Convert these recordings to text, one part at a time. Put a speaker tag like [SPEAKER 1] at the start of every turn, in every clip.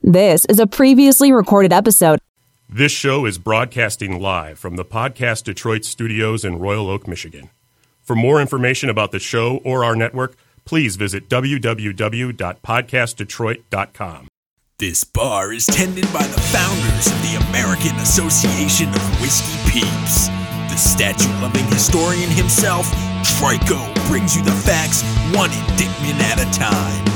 [SPEAKER 1] This is a previously recorded episode.
[SPEAKER 2] This show is broadcasting live from the Podcast Detroit studios in Royal Oak, Michigan. For more information about the show or our network, please visit www.podcastdetroit.com.
[SPEAKER 3] This bar is tended by the founders of the American Association of Whiskey Peeps. The statue loving historian himself, Trico, brings you the facts one indictment at a time.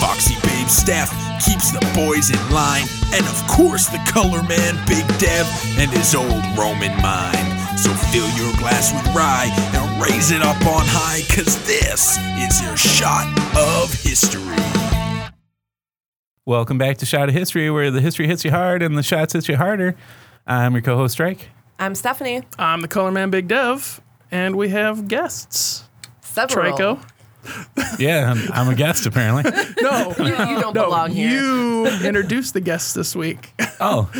[SPEAKER 3] Foxy Babe staff keeps the boys in line, and of course, the color man, Big Dev, and his old Roman mind. So fill your glass with rye and raise it up on high, cause this is your shot of history.
[SPEAKER 4] Welcome back to Shot of History, where the history hits you hard and the shots hit you harder. I'm your co-host Strike.
[SPEAKER 5] I'm Stephanie.
[SPEAKER 6] I'm the color man, Big Dev, and we have guests.
[SPEAKER 5] Several.
[SPEAKER 6] Trico.
[SPEAKER 4] Yeah, I'm, I'm a guest apparently.
[SPEAKER 7] Oh.
[SPEAKER 6] No, you,
[SPEAKER 5] You don't belong here.
[SPEAKER 6] you introduced the guests this week.
[SPEAKER 4] Oh,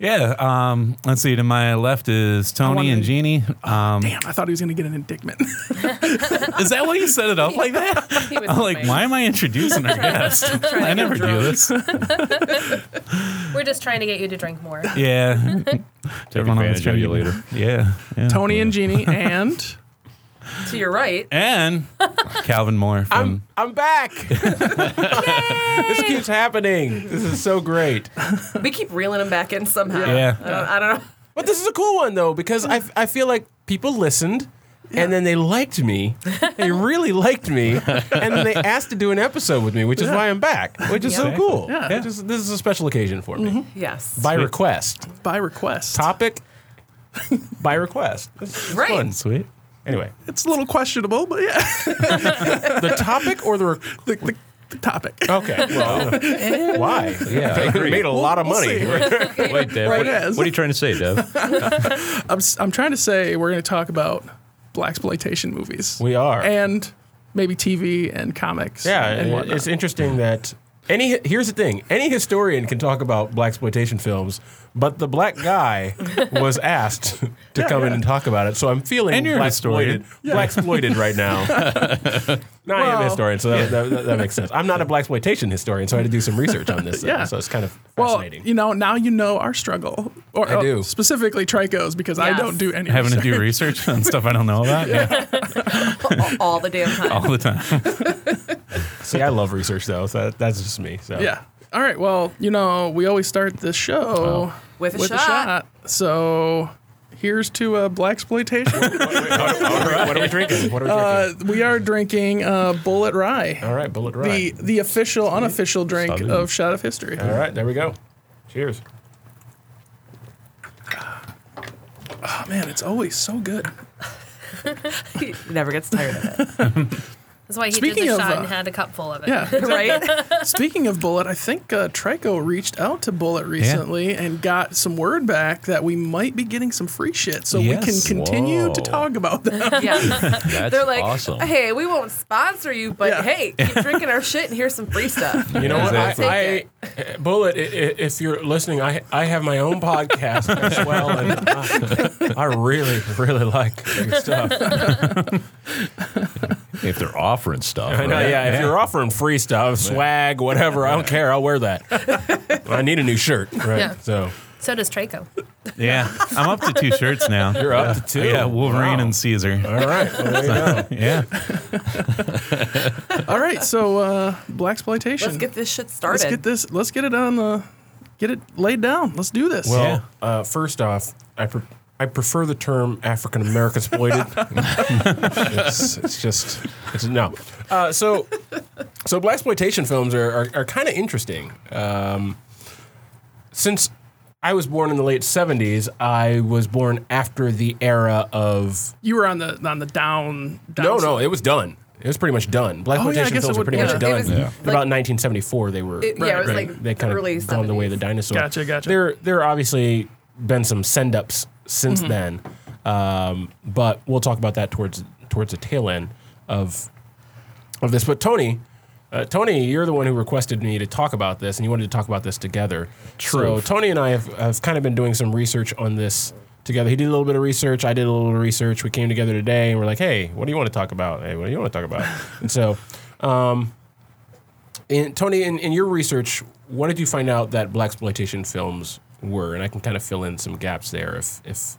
[SPEAKER 4] yeah. Um, let's see. To my left is Tony
[SPEAKER 6] wanted-
[SPEAKER 4] and Jeannie. Um,
[SPEAKER 6] Damn, I thought he was going to get an indictment.
[SPEAKER 4] is that why you set it up like that?
[SPEAKER 5] He was
[SPEAKER 4] I'm like,
[SPEAKER 5] hoping.
[SPEAKER 4] why am I introducing our guest? I never do this.
[SPEAKER 8] We're just trying to get you to drink more.
[SPEAKER 4] Yeah. To everyone on the
[SPEAKER 7] advantage of
[SPEAKER 4] stream.
[SPEAKER 7] you later.
[SPEAKER 4] Yeah. yeah.
[SPEAKER 6] Tony and Jeannie, and
[SPEAKER 5] To your right.
[SPEAKER 4] and Calvin Moore from.
[SPEAKER 7] I'm back. this keeps happening. This is so great.
[SPEAKER 5] We keep reeling him back in somehow.
[SPEAKER 4] Yeah.
[SPEAKER 5] I don't, I don't know.
[SPEAKER 7] But this is a cool one though because I, I feel like people listened and then they liked me. They really liked me and then they asked to do an episode with me, which is why I'm back, which is so cool.
[SPEAKER 6] Yeah.
[SPEAKER 7] Which is- this is a special occasion for me.
[SPEAKER 5] Yes.
[SPEAKER 7] By request.
[SPEAKER 6] by request.
[SPEAKER 7] Topic by request. This is
[SPEAKER 5] Right.
[SPEAKER 7] fun.
[SPEAKER 4] Sweet.
[SPEAKER 7] Anyway,
[SPEAKER 6] It's a little questionable, but yeah,
[SPEAKER 7] the topic or the re-
[SPEAKER 6] the, the, the topic.
[SPEAKER 7] Okay. Well, why? Yeah, I made a lot of money.
[SPEAKER 9] Wait, Dev.
[SPEAKER 6] Right
[SPEAKER 9] what,
[SPEAKER 6] as.
[SPEAKER 9] what are you trying to say, Dev?
[SPEAKER 6] I'm, s- I'm trying to say we're going to talk about black exploitation movies.
[SPEAKER 7] We are.
[SPEAKER 6] and maybe TV and comics.
[SPEAKER 7] Yeah,
[SPEAKER 6] and
[SPEAKER 7] it-
[SPEAKER 6] whatnot.
[SPEAKER 7] it's interesting that any here's the thing: any historian can talk about black exploitation films, but the black guy was asked to come in and talk about it. So I'm feeling
[SPEAKER 4] And you're a
[SPEAKER 7] black
[SPEAKER 4] historian.
[SPEAKER 7] exploited, black exploited right now. no, I am a
[SPEAKER 6] Well-
[SPEAKER 7] historian, so that, that, that makes sense. I'm not a black exploitation historian, so I had to do some research on this.
[SPEAKER 6] Yeah.
[SPEAKER 7] yeah, so it's kind of
[SPEAKER 6] well,
[SPEAKER 7] fascinating.
[SPEAKER 6] you know, now you know our struggle. Or,
[SPEAKER 7] I
[SPEAKER 6] uh,
[SPEAKER 7] do.
[SPEAKER 6] specifically Trico's because I
[SPEAKER 5] Yes.
[SPEAKER 6] don't do any.
[SPEAKER 4] Having to
[SPEAKER 6] research.
[SPEAKER 4] do research on stuff I don't know about. Yeah.
[SPEAKER 5] All- All the damn time.
[SPEAKER 4] All the time.
[SPEAKER 7] See, I love research though. So that, that's just me.
[SPEAKER 5] Oh.
[SPEAKER 7] So
[SPEAKER 6] Yeah. All right. Well, you know, we always start this show
[SPEAKER 5] With a shot.
[SPEAKER 6] So here's to uh, black exploitation.
[SPEAKER 7] what are we drinking? What are we drinking?
[SPEAKER 6] uh, we are drinking uh, Bullet Rye,
[SPEAKER 7] All right, bullet
[SPEAKER 6] the
[SPEAKER 7] rye.
[SPEAKER 6] the official unofficial drink of Shot of History.
[SPEAKER 7] All right, there we go. Cheers.
[SPEAKER 6] Oh man, it's always so good.
[SPEAKER 5] He never gets tired of it.
[SPEAKER 8] That's why he
[SPEAKER 6] Speaking
[SPEAKER 8] did
[SPEAKER 6] of,
[SPEAKER 8] the shot and
[SPEAKER 6] uh,
[SPEAKER 8] had a cup full of it.
[SPEAKER 6] Yeah.
[SPEAKER 5] Right?
[SPEAKER 6] Speaking of Bullet, I think uh, Trico reached out to Bullet recently and got some word back that we might be getting some free shit, so we can
[SPEAKER 4] Yes.
[SPEAKER 6] continue to
[SPEAKER 9] Whoa.
[SPEAKER 6] talk about that.
[SPEAKER 5] Yeah.
[SPEAKER 9] That's
[SPEAKER 5] They're like,
[SPEAKER 9] awesome.
[SPEAKER 5] hey, we won't sponsor you, but
[SPEAKER 6] Yeah.
[SPEAKER 5] hey, keep drinking our shit and here's some free stuff.
[SPEAKER 7] You know what?
[SPEAKER 5] Exactly.
[SPEAKER 7] I, I bullet. i- i- If you're listening, I I have my own podcast as well, and uh, I, I really really like your stuff.
[SPEAKER 9] if they're offering stuff,
[SPEAKER 7] I know,
[SPEAKER 9] right?
[SPEAKER 7] yeah. If you're offering free stuff, swag, whatever, I don't care. I'll wear that. I need a new shirt, right?
[SPEAKER 8] Yeah.
[SPEAKER 7] So
[SPEAKER 8] So does Traco.
[SPEAKER 4] Yeah. I'm up to two shirts now.
[SPEAKER 7] you're up to two.
[SPEAKER 4] Yeah, Wolverine
[SPEAKER 7] Wow.
[SPEAKER 4] and Caesar.
[SPEAKER 7] All right, well, there you go.
[SPEAKER 4] Yeah.
[SPEAKER 6] All right, so uh, black exploitation.
[SPEAKER 5] Let's get this shit started.
[SPEAKER 6] Let's get this. Let's get it on the. Get it laid down. Let's do this.
[SPEAKER 7] Well, uh, first off, I pre- I prefer the term African American exploited. it's, it's just it's, no. Uh, so so black exploitation films are are, are kind of interesting. Um, since I was born in the late seventies, I was born after the era of
[SPEAKER 6] you were on the on the down. down
[SPEAKER 7] no no it was done. It was pretty much done. Black
[SPEAKER 6] Oh, yeah, I
[SPEAKER 7] exploitation
[SPEAKER 6] guess it
[SPEAKER 7] films were
[SPEAKER 6] would-
[SPEAKER 7] pretty
[SPEAKER 6] yeah.
[SPEAKER 7] much
[SPEAKER 5] It
[SPEAKER 7] done.
[SPEAKER 5] was, Yeah. like-
[SPEAKER 7] About 1974, they were.
[SPEAKER 5] It- yeah, it was like
[SPEAKER 7] they kind
[SPEAKER 5] early
[SPEAKER 7] of gone the way of the
[SPEAKER 5] 70s.
[SPEAKER 7] dinosaur.
[SPEAKER 6] Gotcha, gotcha.
[SPEAKER 7] There, there are obviously been some send ups since
[SPEAKER 6] Mm-hmm.
[SPEAKER 7] then, um, but we'll talk about that towards towards the tail end of of this. But Tony. Uh, Tony, you're the one who requested me to talk about this, and you wanted to talk about this together. True. So Tony and I have, have kind of been doing some research on this together. He did a little bit of research. I did a little bit of research. We came together today, and we're like, "Hey, what do you want to talk about? Hey, what do you want to talk about?" and so, in, Tony, in, in your research, What did you find out that black exploitation films were? And I can kind of fill in some gaps there if if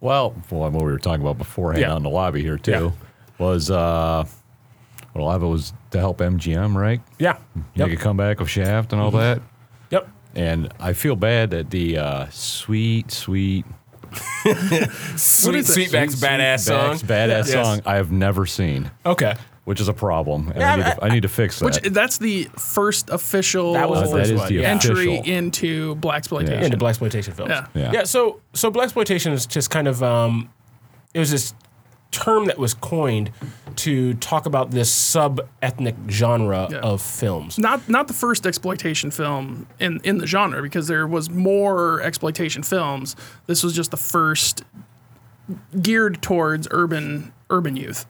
[SPEAKER 9] Well, well, what we were talking about beforehand
[SPEAKER 7] Yeah.
[SPEAKER 9] on the lobby here too
[SPEAKER 7] Yeah.
[SPEAKER 9] was uh, well, a lot of it was to help MGM, right?
[SPEAKER 7] yeah Mm-hmm.
[SPEAKER 9] Make a comeback of Shaft and all that.
[SPEAKER 7] yep
[SPEAKER 9] And I feel bad that the uh, sweet, sweet,
[SPEAKER 7] sweet
[SPEAKER 6] is it?
[SPEAKER 7] sweetback's badass song
[SPEAKER 9] Back's badass
[SPEAKER 7] Yes.
[SPEAKER 9] song I have never seen,
[SPEAKER 7] okay
[SPEAKER 9] which is a problem. And
[SPEAKER 7] Yeah,
[SPEAKER 9] I, need to, I need to fix that.
[SPEAKER 6] Which that's the first official
[SPEAKER 7] That was the
[SPEAKER 9] Uh,
[SPEAKER 7] first
[SPEAKER 9] that is
[SPEAKER 7] one,
[SPEAKER 9] the
[SPEAKER 7] yeah.
[SPEAKER 6] entry
[SPEAKER 9] official.
[SPEAKER 6] into black exploitation.
[SPEAKER 7] into black exploitation films.
[SPEAKER 6] Yeah.
[SPEAKER 9] Yeah.
[SPEAKER 7] So so black exploitation is just kind of um, it was this term that was coined to talk about this sub ethnic genre
[SPEAKER 6] Yeah.
[SPEAKER 7] of films.
[SPEAKER 6] Not not the first exploitation film in in the genre because there was more exploitation films. This was just the first geared towards urban urban youth.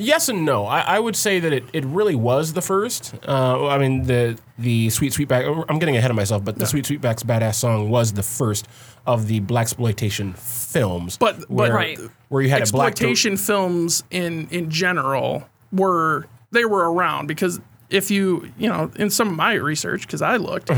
[SPEAKER 7] Yes and no. I, I would say that it, it really was the first. Uh, I mean the the sweet sweetback. I'm getting ahead of myself, but the sweet sweetback's badass song was the first of the black exploitation films.
[SPEAKER 6] But- but-
[SPEAKER 7] where,
[SPEAKER 6] Right.
[SPEAKER 7] where you had a black to-
[SPEAKER 6] exploitation films in in general were they were around because if you you know in some of my research because I looked,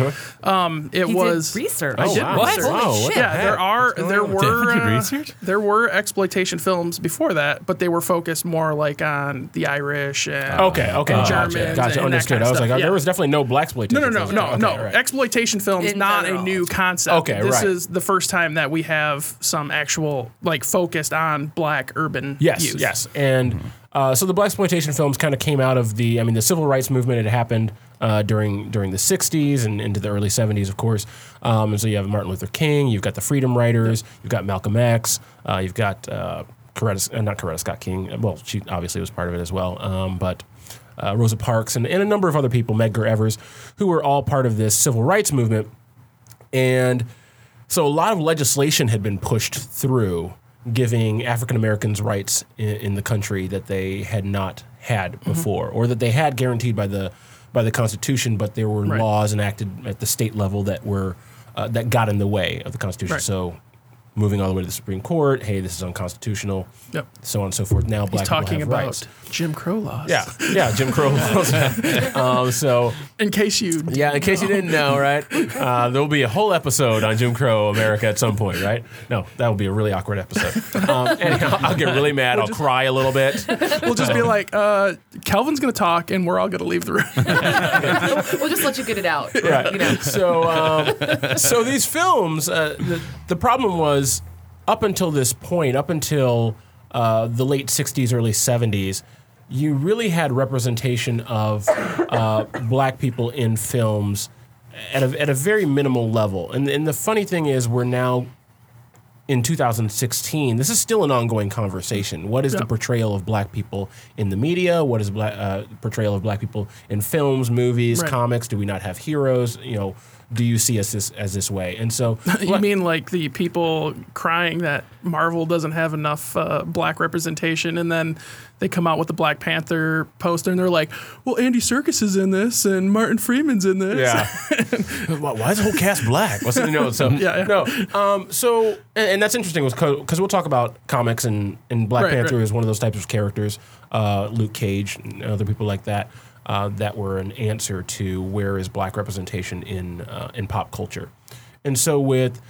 [SPEAKER 6] um, it
[SPEAKER 5] He
[SPEAKER 6] was
[SPEAKER 5] did research.
[SPEAKER 7] Uh-huh. Oh, wow.
[SPEAKER 5] What?
[SPEAKER 7] Wow,
[SPEAKER 5] Holy
[SPEAKER 7] what
[SPEAKER 5] shit.
[SPEAKER 7] the
[SPEAKER 6] Yeah,
[SPEAKER 7] heck?
[SPEAKER 6] there are
[SPEAKER 7] What's going
[SPEAKER 6] there
[SPEAKER 7] on?
[SPEAKER 6] were
[SPEAKER 4] Did you
[SPEAKER 6] uh,
[SPEAKER 4] research?
[SPEAKER 6] there were exploitation films before that, but they were focused more like on the Irish and
[SPEAKER 7] Oh, Okay, okay.
[SPEAKER 6] and
[SPEAKER 7] gotcha,
[SPEAKER 6] Germans
[SPEAKER 7] Gotcha,
[SPEAKER 6] and
[SPEAKER 7] understood.
[SPEAKER 6] That kind of
[SPEAKER 7] I was
[SPEAKER 6] stuff.
[SPEAKER 7] like, oh,
[SPEAKER 6] yeah.
[SPEAKER 7] there was definitely no black exploitation.
[SPEAKER 6] no, no, no,
[SPEAKER 7] films.
[SPEAKER 6] no,
[SPEAKER 7] Okay,
[SPEAKER 6] no.
[SPEAKER 7] right.
[SPEAKER 6] Exploitation films
[SPEAKER 5] In
[SPEAKER 6] not
[SPEAKER 5] general.
[SPEAKER 6] a new concept.
[SPEAKER 7] Okay,
[SPEAKER 6] this
[SPEAKER 7] right.
[SPEAKER 6] is the first time that we have some actual like focused on black urban
[SPEAKER 7] Yes,
[SPEAKER 6] youth.
[SPEAKER 7] yes. And uh, so the black exploitation films kind of came out of the. I mean, the civil rights movement had happened uh, during during the '60s and into the early '70s, of course. Um, and so you have Martin Luther King, you've got the Freedom Riders, you've got Malcolm X, uh, you've got uh, Coretta, uh, not Coretta Scott King. uh, Well, she obviously was part of it as well, um, but. Uh, Rosa Parks and, and a number of other people, Medgar Evers, who were all part of this civil rights movement. And so a lot of legislation had been pushed through giving African Americans rights in, in the country that they had not had
[SPEAKER 6] Mm-hmm.
[SPEAKER 7] before, or that they had guaranteed by the by the Constitution, but there were laws enacted at the state level that were uh, that got in the way of the Constitution.
[SPEAKER 6] Right.
[SPEAKER 7] So. Moving all the way to the Supreme Court, hey, this is unconstitutional,
[SPEAKER 6] Yep.
[SPEAKER 7] so on and so forth. Now, black
[SPEAKER 6] He's talking
[SPEAKER 7] people
[SPEAKER 6] about
[SPEAKER 7] have rights.
[SPEAKER 6] Jim Crow laws.
[SPEAKER 7] yeah, yeah, Jim Crow laws. um, so
[SPEAKER 6] In case you
[SPEAKER 7] yeah, in case you didn't know, right? Uh, there will be a whole episode on Jim Crow America at some point, right? No, that will be a really awkward episode. Um, anyhow, I'll get really mad. I'll cry a little bit.
[SPEAKER 6] we'll just be like, uh, Kelvin's gonna talk and we're all gonna leave the room.
[SPEAKER 5] We'll just let you get it out.
[SPEAKER 7] Right.
[SPEAKER 5] You know.
[SPEAKER 7] So, um, so these films, uh, the, the problem was up until this point, up until uh, the late 60s, early 70s, you really had representation of uh, black people in films at a, at a very minimal level. And, and the funny thing is, we're now in 2016, this is still an ongoing conversation. What is the portrayal of black people in the media? What is black, uh, portrayal of black people in films, movies,
[SPEAKER 6] Right.
[SPEAKER 7] comics? Do we not have heroes? You know, do you see us this, as this way? And so,
[SPEAKER 6] you mean like the people crying that Marvel doesn't have enough uh, black representation, and then they come out with the Black Panther poster and they're like, "Well, Andy Circus is in this, and Martin Freeman's in this."
[SPEAKER 7] Yeah. why, why is the whole cast black? What's in no? So
[SPEAKER 6] Yeah, yeah.
[SPEAKER 7] no. Um, so and, and that's interesting was because we'll talk about comics and and Black
[SPEAKER 6] Right,
[SPEAKER 7] Panther
[SPEAKER 6] right.
[SPEAKER 7] is one of those types of characters. Uh, Luke Cage and other people like that uh, that were an answer to where is black representation in uh, in pop culture, and so with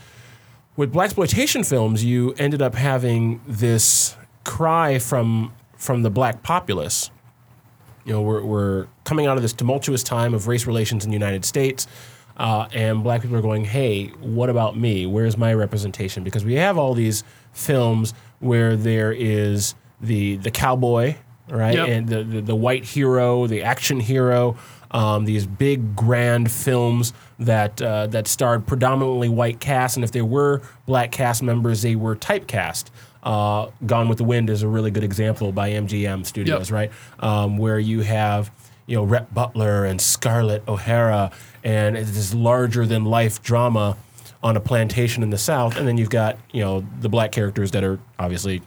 [SPEAKER 7] with black exploitation films, you ended up having this cry from from the black populace. You know, we're, we're coming out of this tumultuous time of race relations in the United States, uh, and black people are going, "Hey, what about me? Where's my representation?" Because we have all these films where there is the the cowboy, right,
[SPEAKER 6] Yep.
[SPEAKER 7] and the, the the white hero, the action hero. Um, these big grand films that uh, that starred predominantly white cast, and if there were black cast members, they were typecast. Uh, Gone with the Wind is a really good example by MGM Studios,
[SPEAKER 6] Yep.
[SPEAKER 7] right? right? Um, where you have you know Rhett Butler and Scarlett O'Hara, and it's this larger than life drama on a plantation in the South, and then you've got you know the black characters that are obviously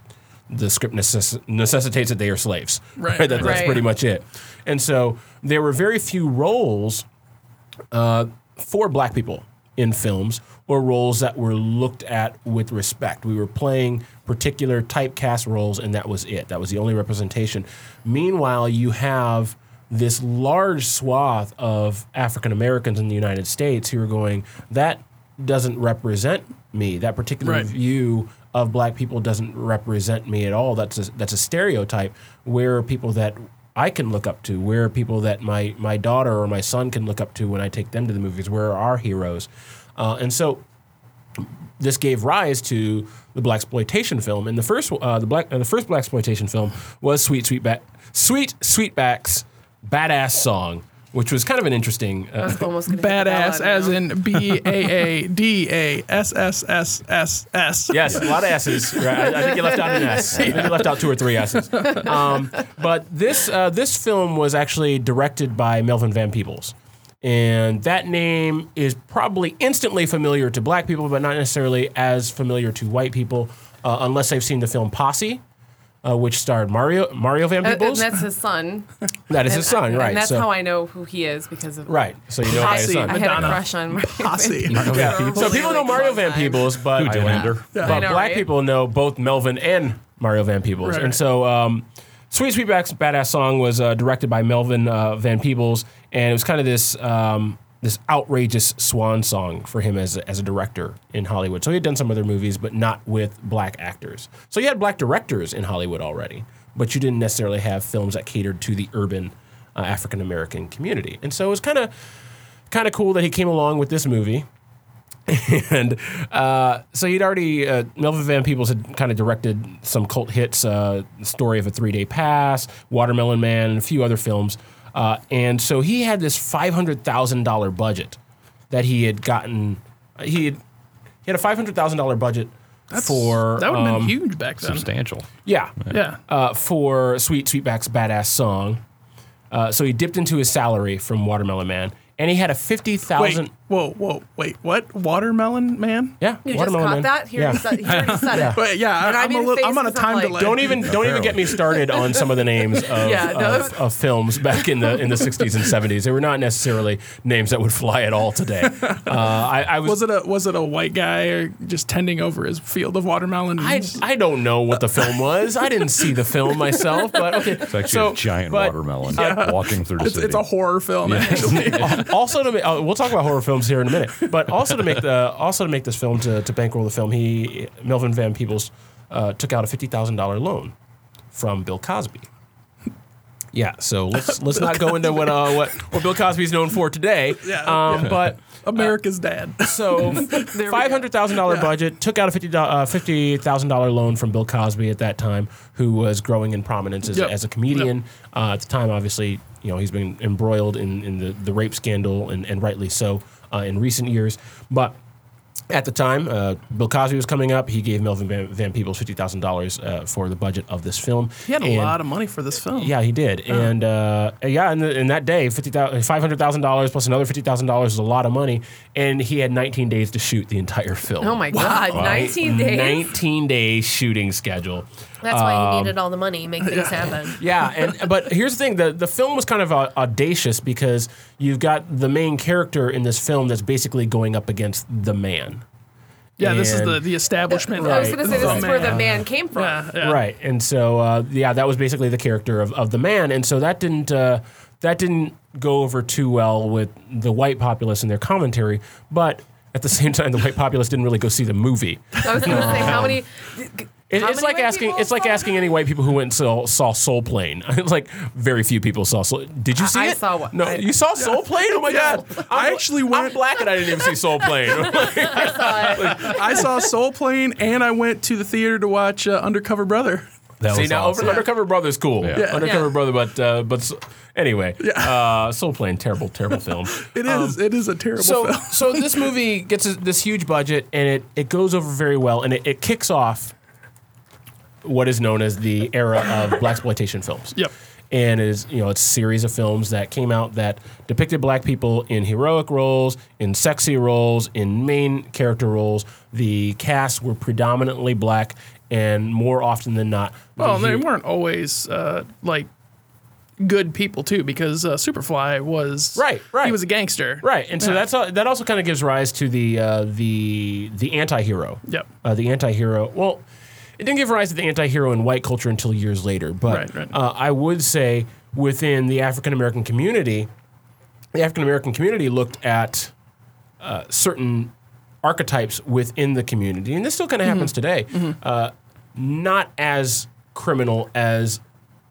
[SPEAKER 7] the script necess- necessitates that they are slaves,
[SPEAKER 6] Right,
[SPEAKER 7] That- that's
[SPEAKER 5] right.
[SPEAKER 7] pretty much it. And so there were very few roles for black people in films or roles that were looked at with respect. We were playing particular typecast roles, and that was it. That was the only representation. Meanwhile, you have this large swath of African Americans in the United States who are going, that doesn't represent me. That particular
[SPEAKER 6] Right.
[SPEAKER 7] view of black people doesn't represent me at all. That's a, that's a stereotype. Where are people that I can look up to? Where are people that my my daughter or my son can look up to when I take them to the movies? Where are our heroes? Uh, and so this gave rise to the black exploitation film. And the first uh, the black uh, the first black exploitation film was Sweet Sweet Back Sweet Sweetback's Badass Song, which was kind of an interesting. Uh,
[SPEAKER 5] Almost gonna hit the
[SPEAKER 6] Badass,
[SPEAKER 5] ballad
[SPEAKER 6] as
[SPEAKER 5] now.
[SPEAKER 6] in B A A D A S S S S S.
[SPEAKER 7] Yes, a lot of S's. Right? I, I think you left out an S. I think you left out two or three S's. Um, but this uh, this film was actually directed by Melvin Van Peebles, and that name is probably instantly familiar to Black people, but not necessarily as familiar to white people, uh, unless they've seen the film Posse. Uh, which starred Mario Mario Van
[SPEAKER 5] Uh, and
[SPEAKER 7] Peebles?
[SPEAKER 5] that's his son.
[SPEAKER 7] that is
[SPEAKER 5] And-
[SPEAKER 7] his son,
[SPEAKER 5] and
[SPEAKER 7] right?
[SPEAKER 5] that's
[SPEAKER 7] so,
[SPEAKER 5] how I know who he is because of
[SPEAKER 7] right. So you know by his
[SPEAKER 6] Posse.
[SPEAKER 7] son.
[SPEAKER 5] I had
[SPEAKER 6] Madonna.
[SPEAKER 5] a crush on Mario Van
[SPEAKER 6] Posse.
[SPEAKER 5] Peebles
[SPEAKER 7] Yeah.
[SPEAKER 5] for a
[SPEAKER 7] So
[SPEAKER 5] really
[SPEAKER 7] people know
[SPEAKER 5] long
[SPEAKER 7] Mario Van
[SPEAKER 5] time.
[SPEAKER 7] Peebles, but
[SPEAKER 9] didn't?
[SPEAKER 7] but
[SPEAKER 5] I know,
[SPEAKER 7] black
[SPEAKER 5] right?
[SPEAKER 7] people know both Melvin and Mario Van Peebles,
[SPEAKER 6] Right.
[SPEAKER 7] and so. Um, Sweet Sweetback's Badass Song was uh, directed by Melvin uh, Van Peebles, and it was kind of this um, this outrageous swan song for him as, as a director in Hollywood. So he had done some other movies, but not with black actors. So you had black directors in Hollywood already, but you didn't necessarily have films that catered to the urban uh, African American community. And so it was kind of kind of cool that he came along with this movie. and uh, so he'd already uh, Melvin Van Peebles had kind of directed some cult hits, uh, "Story of a Three Day Pass," "Watermelon Man," and a few other films. Uh, and so he had this five hundred thousand dollar budget that he had gotten. He had he had a five hundred thousand dollar budget for
[SPEAKER 6] that would have
[SPEAKER 7] um,
[SPEAKER 6] been huge back then.
[SPEAKER 9] Substantial.
[SPEAKER 7] Yeah,
[SPEAKER 6] Yeah.
[SPEAKER 7] uh, for Sweet Sweetback's badass song. Uh, so he dipped into his salary from Watermelon Man, and he had a fifty
[SPEAKER 6] Wait.
[SPEAKER 7] thousand.
[SPEAKER 6] Whoa. Whoa. Wait. What? Watermelon man.
[SPEAKER 7] Yeah,
[SPEAKER 8] You just
[SPEAKER 7] Watermelon
[SPEAKER 8] caught
[SPEAKER 7] Man.
[SPEAKER 8] that? He already said, he already said it.
[SPEAKER 6] Wait, yeah,
[SPEAKER 8] And I
[SPEAKER 6] I, am
[SPEAKER 8] made
[SPEAKER 6] a
[SPEAKER 8] a
[SPEAKER 6] little.
[SPEAKER 8] face
[SPEAKER 6] I'm on a
[SPEAKER 8] 'cause I'm
[SPEAKER 6] time
[SPEAKER 8] like-
[SPEAKER 6] delay.
[SPEAKER 7] Don't even don't even get me started on some of the names of,
[SPEAKER 5] Yeah,
[SPEAKER 7] of,
[SPEAKER 5] those-
[SPEAKER 7] of films back in the in the 60s and 70s. They were not necessarily names that would fly at all today. Uh, I, I was,
[SPEAKER 6] Was it a was it a white guy or just tending over his field of watermelon?
[SPEAKER 7] I, I don't know what the film was. I didn't see the film myself, but okay.
[SPEAKER 9] It's actually
[SPEAKER 7] So,
[SPEAKER 9] a giant
[SPEAKER 7] but-
[SPEAKER 9] watermelon walking through the
[SPEAKER 6] it's,
[SPEAKER 9] city.
[SPEAKER 6] it's a horror film. actually.
[SPEAKER 7] also to make, uh, we'll talk about horror films here in a minute, but also to make the also to make this film to, to bankroll the film, he Melvin Van Peebles uh, took out a fifty thousand dollar loan from Bill Cosby. Yeah, so let's let's not go into what uh, what what Bill Cosby's known for today.
[SPEAKER 6] Yeah,
[SPEAKER 7] um, but
[SPEAKER 8] Uh,
[SPEAKER 6] America's Dad.
[SPEAKER 7] so
[SPEAKER 5] go.
[SPEAKER 7] five hundred thousand dollar budget took out a fifty thousand dollar loan from Bill Cosby at that time, who was growing in prominence as,
[SPEAKER 6] Yep.
[SPEAKER 7] as a comedian. Uh, at the time, obviously, you know he's been embroiled in, in the, the rape scandal, and, and rightly so uh, in recent years. But at the time, uh, Bill Cosby was coming up. He gave Melvin Van, Van Peebles fifty thousand dollars uh, for the budget of this film.
[SPEAKER 6] He had a
[SPEAKER 7] And-
[SPEAKER 6] lot of money for this film.
[SPEAKER 7] yeah, he did.
[SPEAKER 8] Oh.
[SPEAKER 7] And uh, yeah, and, th- and that day, $500,000 plus another $50,000 is a lot of money. And he had 19 days to shoot the entire film.
[SPEAKER 8] Oh my God, 19 days.
[SPEAKER 7] 19 day shooting schedule. Uh,
[SPEAKER 8] That's
[SPEAKER 6] Um,
[SPEAKER 8] why he needed all the money to make things happen.
[SPEAKER 7] Yeah, and but here's the thing: the the film was kind of uh, audacious because you've got the main character in this film that's basically going up against the man,
[SPEAKER 6] Yeah, this is
[SPEAKER 7] And-
[SPEAKER 6] the the establishment.
[SPEAKER 8] I was
[SPEAKER 7] Right.
[SPEAKER 8] going to say, this
[SPEAKER 6] Oh,
[SPEAKER 8] is where
[SPEAKER 6] man.
[SPEAKER 8] the man came from.
[SPEAKER 6] Yeah, yeah.
[SPEAKER 7] right? And so uh, yeah, that was basically the character of, of the man, and so that didn't uh, that didn't go over too well with the white populace in their commentary, but. At the same time, the white populace didn't really go see the movie.
[SPEAKER 8] I was going to say, how many.
[SPEAKER 7] It,
[SPEAKER 8] How
[SPEAKER 7] it's
[SPEAKER 8] many
[SPEAKER 7] like
[SPEAKER 8] white
[SPEAKER 7] asking.
[SPEAKER 8] people
[SPEAKER 7] It's like
[SPEAKER 8] saw the
[SPEAKER 7] asking any white people who went and saw, saw Soul Plane. It's like very few people saw Soul. Did you see
[SPEAKER 8] I
[SPEAKER 7] it?
[SPEAKER 8] saw one.
[SPEAKER 7] No,
[SPEAKER 8] I-
[SPEAKER 7] you saw Soul Plane. Oh my god!
[SPEAKER 6] I actually
[SPEAKER 7] I'm
[SPEAKER 6] went.
[SPEAKER 7] black and I didn't even see Soul Plane.
[SPEAKER 6] I saw Soul Plane, and I went to the theater to watch uh, Undercover Brother.
[SPEAKER 9] that
[SPEAKER 7] see now, Over, Undercover Brother's cool.
[SPEAKER 9] Yeah.
[SPEAKER 7] Undercover
[SPEAKER 8] Yeah.
[SPEAKER 7] Brother, but uh, but s- anyway, uh, Soul Plane, terrible, terrible film.
[SPEAKER 6] It is. it is a terrible
[SPEAKER 7] so
[SPEAKER 6] film.
[SPEAKER 7] so this movie gets a, this huge budget and it, it goes over very well and it, it kicks off what is known as the era of black exploitation films.
[SPEAKER 6] Yep.
[SPEAKER 7] And it is you know it's a series of films that came out that depicted black people in heroic roles, in sexy roles, in main character roles. The cast were predominantly black, and more often than not,
[SPEAKER 6] Well,
[SPEAKER 7] the
[SPEAKER 6] they
[SPEAKER 7] hu-
[SPEAKER 6] weren't always uh, like good people too, because uh, Superfly was
[SPEAKER 7] Right, right.
[SPEAKER 6] He was a gangster,
[SPEAKER 7] Right, and so
[SPEAKER 6] Yeah.
[SPEAKER 7] that's all, that also kind of gives rise to the uh, the the anti-hero.
[SPEAKER 6] Yep.
[SPEAKER 7] Uh, the anti-hero. Well, it didn't give rise to the anti-hero in white culture until years later, but
[SPEAKER 6] Right, right.
[SPEAKER 7] Uh, I would say within the African American community, the African American community looked at uh, certain archetypes within the community, and this still kind of
[SPEAKER 6] Mm-hmm.
[SPEAKER 7] happens today, uh, not as criminal as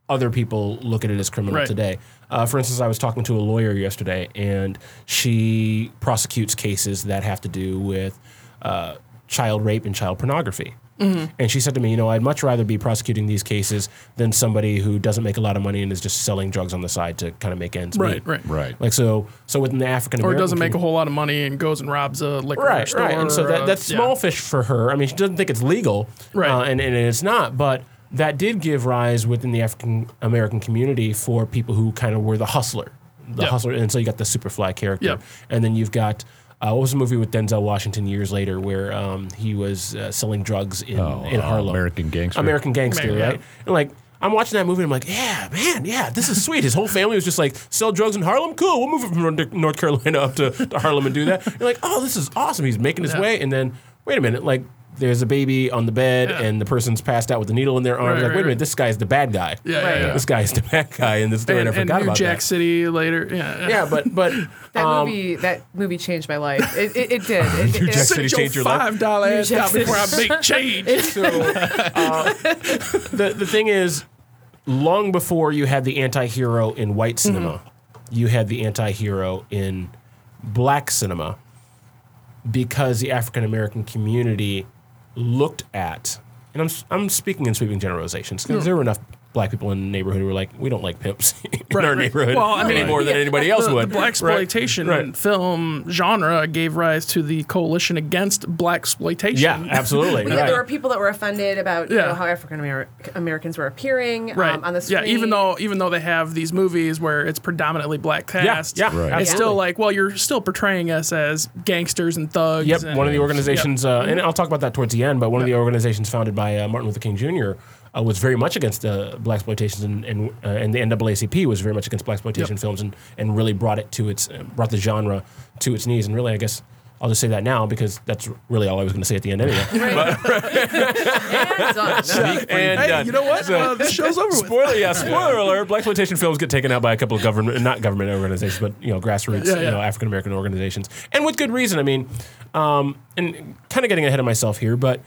[SPEAKER 7] other people look at it as criminal
[SPEAKER 6] Right.
[SPEAKER 7] today. Uh, for instance, I was talking to a lawyer yesterday, and she prosecutes cases that have to do with uh, child rape and child pornography.
[SPEAKER 6] Mm-hmm.
[SPEAKER 7] And she said to me, You know, I'd much rather be prosecuting these cases than somebody who doesn't make a lot of money and is just selling drugs on the side to kind of make ends
[SPEAKER 6] Right,
[SPEAKER 7] meet.
[SPEAKER 6] right.
[SPEAKER 9] Right.
[SPEAKER 7] Like, so, so within the African
[SPEAKER 6] Or
[SPEAKER 7] American
[SPEAKER 6] doesn't make a whole lot of money and goes and robs a liquor
[SPEAKER 7] right,
[SPEAKER 6] store.
[SPEAKER 7] Right, and so
[SPEAKER 6] or
[SPEAKER 7] that,
[SPEAKER 6] a-
[SPEAKER 7] that's
[SPEAKER 6] yeah.
[SPEAKER 7] small fish for her. I mean, she doesn't think it's legal,
[SPEAKER 6] Right.
[SPEAKER 7] uh, and, and it's not, but that did give rise within the African American community for people who kind of were the hustler, the
[SPEAKER 6] Yep.
[SPEAKER 7] hustler, and so you got the Superfly character,
[SPEAKER 6] Yep.
[SPEAKER 7] and then you've got. Uh, what was the movie with Denzel Washington years later where um, he was uh, selling drugs in,
[SPEAKER 9] Oh,
[SPEAKER 7] in
[SPEAKER 9] uh,
[SPEAKER 7] Harlem?
[SPEAKER 9] American Gangster.
[SPEAKER 7] American Gangster,
[SPEAKER 6] Man, yeah.
[SPEAKER 7] right? And like, I'm watching that movie and I'm like, yeah, man, yeah, this is sweet. His whole family was just like, sell drugs in Harlem? Cool, we'll move it from Nor- North Carolina up to, to Harlem and do that. You're like, oh, this is awesome. He's making his
[SPEAKER 6] Yeah.
[SPEAKER 7] way. And then, wait a minute, like, there's a baby on the bed
[SPEAKER 6] Yeah.
[SPEAKER 7] and the person's passed out with a needle in their arm.
[SPEAKER 6] Right,
[SPEAKER 7] like, wait
[SPEAKER 6] right,
[SPEAKER 7] a minute,
[SPEAKER 6] right.
[SPEAKER 7] this guy's the bad guy.
[SPEAKER 6] Yeah, yeah,
[SPEAKER 8] Right.
[SPEAKER 6] yeah.
[SPEAKER 7] This guy's the bad guy in this story, and,
[SPEAKER 6] And,
[SPEAKER 7] I forgot
[SPEAKER 6] and New
[SPEAKER 7] about
[SPEAKER 6] Jack
[SPEAKER 7] that.
[SPEAKER 6] City later. Yeah.
[SPEAKER 7] Yeah, but but
[SPEAKER 10] That
[SPEAKER 7] um,
[SPEAKER 10] movie, that movie changed my life. It, it, it did. It, it,
[SPEAKER 7] Jack
[SPEAKER 10] it,
[SPEAKER 7] City changed your life.
[SPEAKER 6] five dollar ass
[SPEAKER 10] New Jack
[SPEAKER 6] down
[SPEAKER 10] City.
[SPEAKER 6] before I make change.
[SPEAKER 7] So uh, the the thing is, long before you had the anti-hero in white
[SPEAKER 6] Mm-hmm.
[SPEAKER 7] cinema, you had the anti-hero in black cinema because the African American community looked at, and I'm s- I'm speaking in sweeping generalizations
[SPEAKER 6] Mm.
[SPEAKER 7] because there were enough black people in the neighborhood who were like, we don't like pimps in
[SPEAKER 6] Right,
[SPEAKER 7] our
[SPEAKER 6] right.
[SPEAKER 7] neighborhood
[SPEAKER 6] Well, I mean,
[SPEAKER 7] any more than anybody else
[SPEAKER 6] the,
[SPEAKER 7] would.
[SPEAKER 6] black
[SPEAKER 7] right?
[SPEAKER 6] exploitation
[SPEAKER 7] Right.
[SPEAKER 6] film genre gave rise to the coalition against black exploitation.
[SPEAKER 7] Yeah, absolutely.
[SPEAKER 8] Yeah, there were
[SPEAKER 7] right.
[SPEAKER 8] people that were offended about you
[SPEAKER 6] Yeah.
[SPEAKER 8] know, how African Ameri- Americans were appearing
[SPEAKER 6] Right
[SPEAKER 8] um, on the street.
[SPEAKER 6] yeah, even though even though they have these movies where it's predominantly black cast,
[SPEAKER 7] yeah,
[SPEAKER 9] Right.
[SPEAKER 6] it's
[SPEAKER 7] absolutely.
[SPEAKER 6] still like, well, you're still portraying us as gangsters and thugs.
[SPEAKER 7] Yep,
[SPEAKER 6] and-
[SPEAKER 7] one of the organizations, uh, and I'll talk about that towards the end. But one of the organizations founded by uh, Martin Luther King Jr. Uh, was very much against uh, black exploitation, and and, uh, and the NAACP was very much against black exploitation
[SPEAKER 6] Yep.
[SPEAKER 7] films, and, and really brought it to its uh, brought the genre to its knees. And really, I guess I'll just say that now because that's really all I was going to say at the end anyway.
[SPEAKER 8] And done.
[SPEAKER 7] and
[SPEAKER 6] Hey,
[SPEAKER 7] uh,
[SPEAKER 6] you know what?
[SPEAKER 7] so-
[SPEAKER 6] uh, this show's over with.
[SPEAKER 7] Spoiler, yeah, spoiler alert. Black exploitation films get taken out by a couple of government, not government organizations, but you know, grassroots,
[SPEAKER 6] Yeah, yeah.
[SPEAKER 7] you know, African American organizations, and with good reason. I mean, um, and kind of getting ahead of myself here, but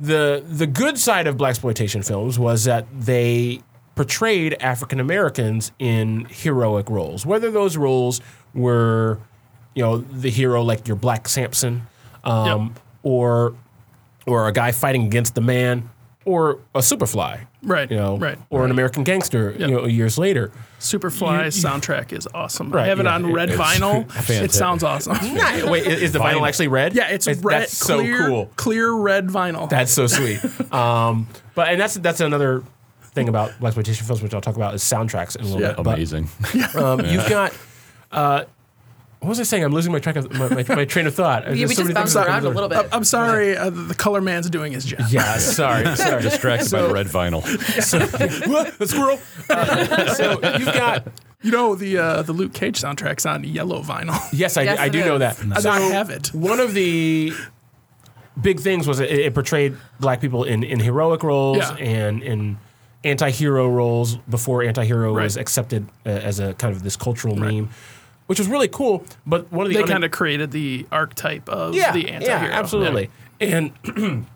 [SPEAKER 7] the the good side of black exploitation films was that they portrayed African Americans in heroic roles, whether those roles were, you know, the hero like your Black Samson, um, or or a guy fighting against the man, or a Superfly,
[SPEAKER 6] Right,
[SPEAKER 7] You know,
[SPEAKER 6] right.
[SPEAKER 7] or an American Gangster, you know, years later.
[SPEAKER 6] Superfly soundtrack is awesome. I
[SPEAKER 7] Right,
[SPEAKER 6] have it
[SPEAKER 7] yeah,
[SPEAKER 6] on red
[SPEAKER 9] it's
[SPEAKER 6] vinyl.
[SPEAKER 9] fantastic.
[SPEAKER 6] it sounds awesome.
[SPEAKER 7] Not- wait, i- is the vinyl actually red?
[SPEAKER 6] Yeah, it's, red,
[SPEAKER 7] That's
[SPEAKER 6] clear,
[SPEAKER 7] so cool.
[SPEAKER 6] clear red vinyl.
[SPEAKER 7] That's so sweet. um, but and that's that's another thing about black exploitation films, which I'll talk about is soundtracks in a little
[SPEAKER 6] Yeah.
[SPEAKER 7] bit. but-
[SPEAKER 9] Amazing.
[SPEAKER 7] Um, You've got. Uh, what was I saying? I'm losing my track of my, my, my train of thought.
[SPEAKER 8] we just bounced around a little bit.
[SPEAKER 6] I'm sorry, uh, the color man's doing his job.
[SPEAKER 7] Yeah, sorry, sorry.
[SPEAKER 9] Distracted by red vinyl.
[SPEAKER 7] What? The squirrel. Uh, so you've got.
[SPEAKER 6] You know the uh, the Luke Cage soundtrack's on yellow vinyl.
[SPEAKER 7] Yes, I,
[SPEAKER 8] Yes,
[SPEAKER 7] I
[SPEAKER 8] it
[SPEAKER 7] do know
[SPEAKER 8] is.
[SPEAKER 7] that.
[SPEAKER 6] I
[SPEAKER 7] So
[SPEAKER 6] don't have it.
[SPEAKER 7] One of the big things was it, it portrayed black people in, in heroic roles
[SPEAKER 6] Yeah.
[SPEAKER 7] and in anti-hero roles before anti-hero was
[SPEAKER 6] Right.
[SPEAKER 7] accepted uh, as a kind of this cultural meme, which was really cool. But one of the
[SPEAKER 6] They
[SPEAKER 7] unin-
[SPEAKER 6] kind of created the archetype of the anti-hero.
[SPEAKER 7] Yeah, absolutely. And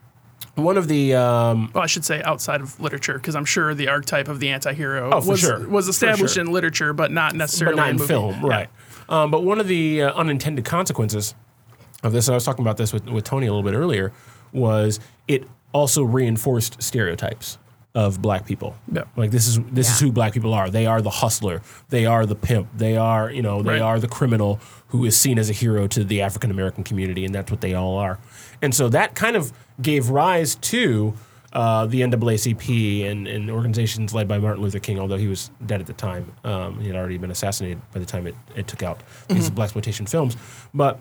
[SPEAKER 7] one of the um,
[SPEAKER 6] Well, I should say outside of literature, because I'm sure the archetype of the anti-hero
[SPEAKER 7] Oh, for
[SPEAKER 6] was,
[SPEAKER 7] sure.
[SPEAKER 6] was
[SPEAKER 7] For
[SPEAKER 6] established
[SPEAKER 7] sure.
[SPEAKER 6] in literature, but not necessarily
[SPEAKER 7] but not
[SPEAKER 6] in,
[SPEAKER 7] in
[SPEAKER 6] movie.
[SPEAKER 7] film,
[SPEAKER 6] Yeah.
[SPEAKER 7] right? Um, but one of the uh, unintended consequences of this, and I was talking about this with, with Tony a little bit earlier, was it also reinforced stereotypes of black people.
[SPEAKER 6] Yeah.
[SPEAKER 7] Like this is this is who black people are. They are the hustler. They are the pimp. They are you know they
[SPEAKER 6] Right.
[SPEAKER 7] are the criminal who is seen as a hero to the African American community, and that's what they all are. And so that kind of gave rise to. Uh, the NAACP and, and organizations led by Martin Luther King, although he was dead at the time, um, he had already been assassinated by the time it, it took out these black exploitation films. But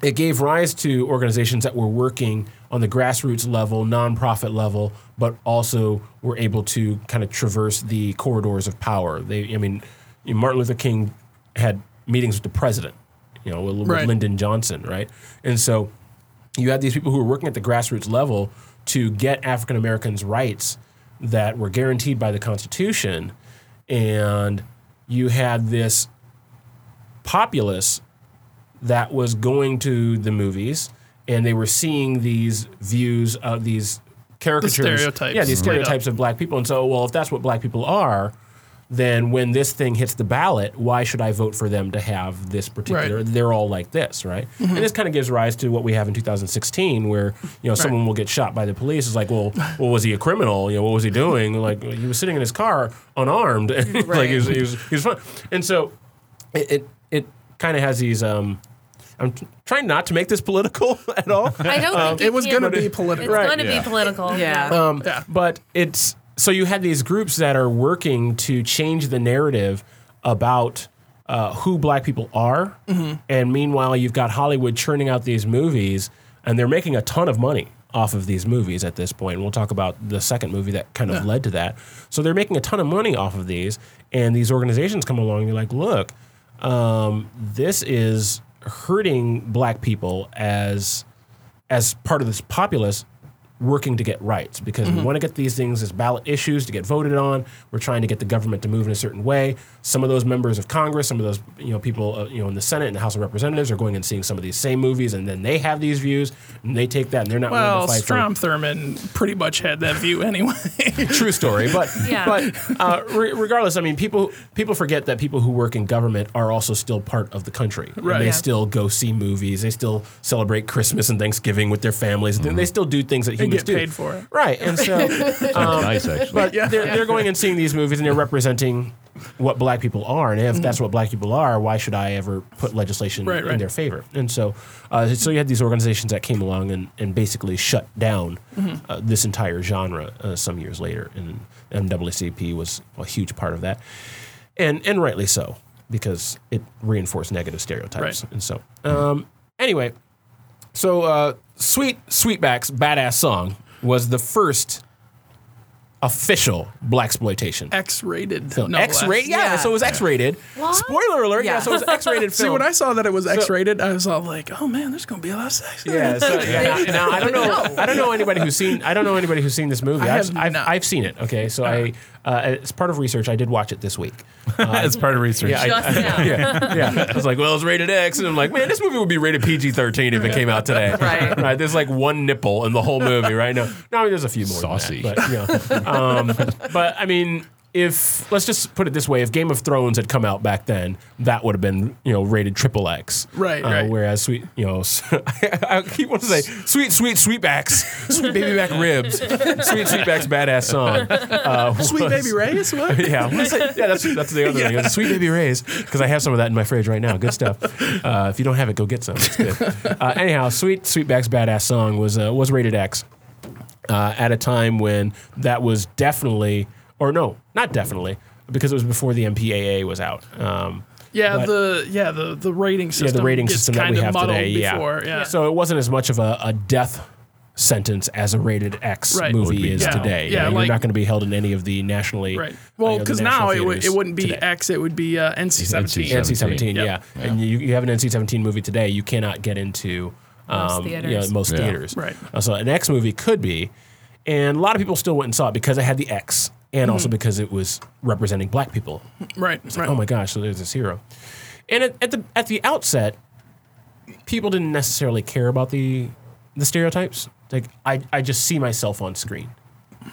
[SPEAKER 7] it gave rise to organizations that were working on the grassroots level, nonprofit level, but also were able to kind of traverse the corridors of power. They, I mean, you know, Martin Luther King had meetings with the president, you know, with, with
[SPEAKER 6] Right.
[SPEAKER 7] Lyndon Johnson, right? And so you had these people who were working at the grassroots level to get African Americans' rights that were guaranteed by the Constitution and you had this populace that was going to the movies and they were seeing these views of these caricatures
[SPEAKER 6] stereotypes
[SPEAKER 7] yeah these
[SPEAKER 6] Mhm. laid out.
[SPEAKER 7] stereotypes of black people and so well if that's what black people are then when this thing hits the ballot why should i vote for them to have this particular they're all like this right and this kind of gives rise to what we have in 2016 where you know someone will get shot by the police it's like well well was he a criminal you know what was he doing like he was sitting in his car unarmed and like he was, he was, he was fun and so it it, it kind of has these um I'm t- trying not to make this political at all.
[SPEAKER 8] I don't
[SPEAKER 7] Um,
[SPEAKER 8] think you
[SPEAKER 6] it was
[SPEAKER 8] can-
[SPEAKER 6] gonna be political.
[SPEAKER 8] It's
[SPEAKER 7] Right,
[SPEAKER 8] going to
[SPEAKER 9] yeah.
[SPEAKER 8] be
[SPEAKER 6] uh,
[SPEAKER 8] political.
[SPEAKER 10] Yeah.
[SPEAKER 7] um, But it's so you had these groups that are working to change the narrative about uh, who black people are. And meanwhile, you've got Hollywood churning out these movies, and they're making a ton of money off of these movies at this point. We'll talk about the second movie that kind of led to that. So they're making a ton of money off of these, and these organizations come along and you're like, look, um, this is hurting black people as as part of this populace working to get rights because we want to get these things as ballot issues to get voted on. We're trying to get the government to move in a certain way. Some of those members of Congress, some of those you know people uh, you know in the Senate and the House of Representatives are going and seeing some of these same movies, and then they have these views and they take that and they're not
[SPEAKER 6] Well,
[SPEAKER 7] willing to fight for
[SPEAKER 6] Strom Thurmond pretty much had that view anyway.
[SPEAKER 7] true story. But
[SPEAKER 8] Yeah.
[SPEAKER 7] but uh, re- regardless, I mean, people people forget that people who work in government are also still part of the country. And
[SPEAKER 6] Right.
[SPEAKER 7] They
[SPEAKER 6] Yeah.
[SPEAKER 7] still go see movies. They still celebrate Christmas and Thanksgiving with their families. They- They still do things that humans
[SPEAKER 6] Mm-hmm. get
[SPEAKER 7] do.
[SPEAKER 6] paid for it.
[SPEAKER 7] Right. And so, um,
[SPEAKER 9] Sounds nice, actually.
[SPEAKER 7] but they're, they're going and seeing these movies and they're representing what black people are. And if that's what black people are, why should I ever put legislation
[SPEAKER 6] Mm. Right,
[SPEAKER 7] in
[SPEAKER 6] right.
[SPEAKER 7] their favor? And so, uh, so you had these organizations that came along and, and basically shut down
[SPEAKER 6] Mm-hmm.
[SPEAKER 7] uh, this entire genre uh, some years later. And NAACP was a huge part of that. And, and rightly so, because it reinforced negative stereotypes.
[SPEAKER 6] Right.
[SPEAKER 7] And so, um, anyway, so uh, Sweet Sweetback's Badass Song was the first official black exploitation.
[SPEAKER 6] X-rated.
[SPEAKER 7] film.
[SPEAKER 6] no less.
[SPEAKER 7] X-rated, yeah,
[SPEAKER 10] Yeah.
[SPEAKER 7] So it was X-rated. Spoiler alert. Yeah.
[SPEAKER 10] Yeah.
[SPEAKER 7] So it was X-rated
[SPEAKER 6] See,
[SPEAKER 7] film.
[SPEAKER 6] when I saw that it was X-rated, I was all like, "Oh man, there's gonna be a lot of sex." in
[SPEAKER 7] yeah,
[SPEAKER 6] this."
[SPEAKER 7] so, yeah. Now, I don't know. I don't know anybody who's seen. I don't know anybody who's seen this movie.
[SPEAKER 6] I
[SPEAKER 7] I've,
[SPEAKER 6] have
[SPEAKER 7] I've,
[SPEAKER 6] not. Uh-huh.
[SPEAKER 7] I've seen it. Okay, so I uh, as part of research, I did watch it this week.
[SPEAKER 4] As part of research.
[SPEAKER 7] Yeah, I-
[SPEAKER 8] Just now.
[SPEAKER 7] yeah, yeah. I was like, well, it's rated X, and I'm like, man, this movie would be rated PG-13 if it came out today.
[SPEAKER 10] Right.
[SPEAKER 7] right. There's like one nipple in the whole movie, right? No, no, I mean, there's a few more. than that,
[SPEAKER 9] Saucy.
[SPEAKER 7] but yeah. Um, but I mean, if let's just put it this way, if Game of Thrones had come out back then, that would have been you know rated triple X.
[SPEAKER 6] Right,
[SPEAKER 7] Uh,
[SPEAKER 6] right.
[SPEAKER 7] Whereas sweet, you know, I, I keep wanting to say sweet, sweet, sweetbacks, sweet baby back ribs, sweet sweetbacks, badass song. Uh,
[SPEAKER 6] Sweet
[SPEAKER 7] was-
[SPEAKER 6] baby Reyes, what?
[SPEAKER 7] yeah, what is it? yeah, that's that's the other thing. It's Sweet Baby Ray's because I have some of that in my fridge right now. Good stuff. Uh, if you don't have it, go get some. It's good. Uh, anyhow, Sweet Sweetback's badass song was uh, was rated X uh, at a time when that was definitely, or no, not definitely, because it was before the MPAA was out. Um,
[SPEAKER 6] Yeah,
[SPEAKER 7] but-
[SPEAKER 6] the yeah the the rating system.
[SPEAKER 7] yeah, the rating
[SPEAKER 6] gets
[SPEAKER 7] system that we
[SPEAKER 6] kinda
[SPEAKER 7] have
[SPEAKER 6] muddled
[SPEAKER 7] today. Yeah.
[SPEAKER 6] Before, yeah.
[SPEAKER 7] So it wasn't as much of a, a death sentence as a rated X
[SPEAKER 6] Right. Would
[SPEAKER 7] movie
[SPEAKER 6] be
[SPEAKER 7] is
[SPEAKER 6] now.
[SPEAKER 7] today.
[SPEAKER 6] Yeah,
[SPEAKER 7] you are
[SPEAKER 6] like-
[SPEAKER 7] not going to be held in any of the nationally.
[SPEAKER 6] Right.
[SPEAKER 7] you
[SPEAKER 6] Well,
[SPEAKER 7] know, the
[SPEAKER 6] because
[SPEAKER 7] national
[SPEAKER 6] now it, would
[SPEAKER 7] theaters
[SPEAKER 6] it wouldn't be
[SPEAKER 7] today.
[SPEAKER 6] X, it would be uh, NC-17.
[SPEAKER 9] NC-17.
[SPEAKER 7] NC seventeen, yeah.
[SPEAKER 6] Yep.
[SPEAKER 7] And you, you have an NC seventeen movie today, you cannot get into um,
[SPEAKER 8] Most
[SPEAKER 7] you know,
[SPEAKER 8] theaters.
[SPEAKER 7] most
[SPEAKER 9] Yeah.
[SPEAKER 7] theaters.
[SPEAKER 6] Right.
[SPEAKER 7] Uh, so an X movie could be, and a lot of people still went and saw it because it had the X, and also because it was representing black people.
[SPEAKER 6] Right, right.
[SPEAKER 7] Oh my gosh! So there's this hero, and at, at the at the outset, people didn't necessarily care about the the stereotypes. Like I, I just see myself on screen,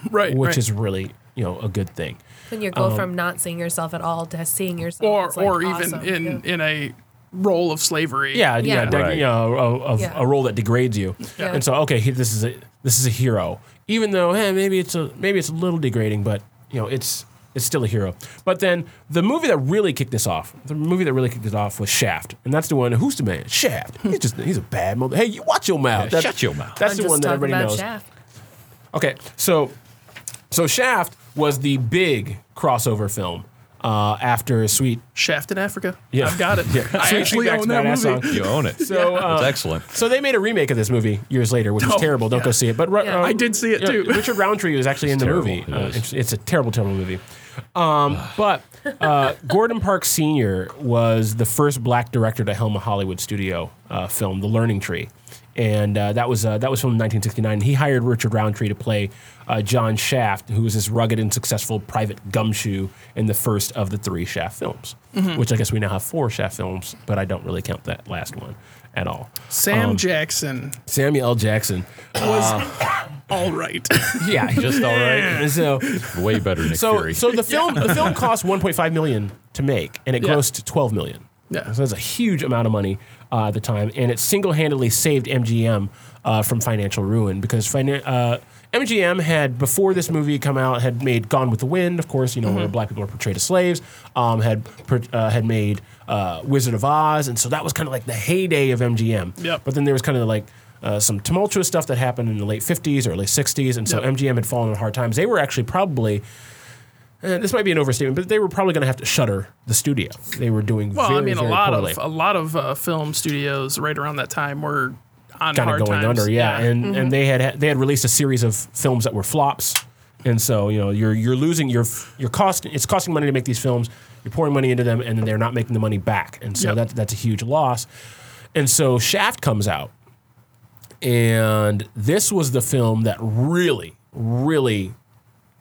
[SPEAKER 6] right,
[SPEAKER 7] which
[SPEAKER 6] right.
[SPEAKER 7] is really you know a good thing.
[SPEAKER 8] When you go from not seeing yourself at all to seeing yourself,
[SPEAKER 6] Um, or
[SPEAKER 8] it's, like,
[SPEAKER 6] or
[SPEAKER 8] awesome.
[SPEAKER 6] even in
[SPEAKER 8] Yeah.
[SPEAKER 6] in a role of slavery.
[SPEAKER 7] Yeah, yeah,
[SPEAKER 8] Yeah.
[SPEAKER 7] deg-
[SPEAKER 9] Right.
[SPEAKER 7] you know, a- of
[SPEAKER 8] Yeah.
[SPEAKER 7] a role that degrades you.
[SPEAKER 8] Yeah.
[SPEAKER 7] And so, okay, he, this is a this is a hero, even though hey, maybe it's a maybe it's a little degrading, but you know, it's it's still a hero. But then the movie that really kicked this off, the movie that really kicked it off was Shaft, and that's the one who's the man, Shaft. He's just he's a bad mother. Hey, you watch your mouth. That's-
[SPEAKER 9] shut your mouth.
[SPEAKER 7] That's
[SPEAKER 8] I'm
[SPEAKER 7] the
[SPEAKER 8] just
[SPEAKER 7] one that
[SPEAKER 8] talking
[SPEAKER 7] everybody
[SPEAKER 8] about
[SPEAKER 7] knows.
[SPEAKER 8] Shaft.
[SPEAKER 7] Okay, so so Shaft was the big crossover film uh, after Sweet.
[SPEAKER 6] Shaft in Africa.
[SPEAKER 7] Yeah.
[SPEAKER 6] I've got it. I
[SPEAKER 7] Sweet
[SPEAKER 6] actually
[SPEAKER 7] Feedback's
[SPEAKER 6] own that movie.
[SPEAKER 7] Badass Song.
[SPEAKER 9] You own it.
[SPEAKER 7] So uh,
[SPEAKER 9] That's excellent.
[SPEAKER 7] So they made a remake of this movie years later, which was
[SPEAKER 6] Oh,
[SPEAKER 7] terrible. Don't go
[SPEAKER 6] yeah.
[SPEAKER 7] see it. But Ru-
[SPEAKER 8] Yeah.
[SPEAKER 7] uh,
[SPEAKER 6] I did see it,
[SPEAKER 7] yeah,
[SPEAKER 6] too.
[SPEAKER 7] Richard Roundtree was actually in the
[SPEAKER 9] terrible.
[SPEAKER 7] movie.
[SPEAKER 9] It
[SPEAKER 7] Uh,
[SPEAKER 9] is.
[SPEAKER 7] it's, it's a terrible, terrible movie. Um, but uh, Gordon Parks Sr. was the first black director to helm a Hollywood studio uh, film, The Learning Tree. And uh, that was uh, that was filmed in 1969. He hired Richard Roundtree to play uh, John Shaft, who was this rugged and successful private gumshoe in the first of the three Shaft films,
[SPEAKER 6] Mhm.
[SPEAKER 7] which I guess we now have four Shaft films, but I don't really count that last one at all.
[SPEAKER 6] Sam
[SPEAKER 7] Um,
[SPEAKER 6] Jackson
[SPEAKER 7] Samuel L. Jackson
[SPEAKER 6] was
[SPEAKER 7] Uh,
[SPEAKER 6] all right.
[SPEAKER 7] yeah, just all right. So
[SPEAKER 9] way better Nick
[SPEAKER 7] so,
[SPEAKER 9] Fury.
[SPEAKER 7] so the film the film cost 1.5 million to make, and it
[SPEAKER 6] Yeah.
[SPEAKER 7] grossed 12 million.
[SPEAKER 6] Yeah.
[SPEAKER 7] so that's a huge amount of money uh, at the time, and it single handedly saved MGM uh, from financial ruin because finan- uh, MGM had before this movie come out had made Gone with the Wind, of course, you know
[SPEAKER 9] Mm-hmm.
[SPEAKER 7] where black people are portrayed as slaves, um, had per- uh, had made uh, Wizard of Oz, and so that was kind of like the heyday of MGM.
[SPEAKER 6] Yep.
[SPEAKER 7] But then there was kind of like uh, some tumultuous stuff that happened in the late 50s, early 60s, and so
[SPEAKER 6] Yep.
[SPEAKER 7] MGM had fallen on hard times. They were actually probably, eh, this might be an overstatement, but they were probably going to have to shutter the studio. They were doing
[SPEAKER 6] Well,
[SPEAKER 7] very,
[SPEAKER 6] I mean, a
[SPEAKER 7] very
[SPEAKER 6] lot
[SPEAKER 7] poorly.
[SPEAKER 6] of a lot of uh, film studios right around that time were on
[SPEAKER 7] kind of
[SPEAKER 6] hard
[SPEAKER 7] going
[SPEAKER 6] times.
[SPEAKER 7] under, yeah. And and they had they had released a series of films that were flops, and so you know you're you're losing your your cost. It's costing money to make these films. You're pouring money into them, and then they're not making the money back, and so
[SPEAKER 6] Yep.
[SPEAKER 7] that that's a huge loss. And so Shaft comes out, and this was the film that really, really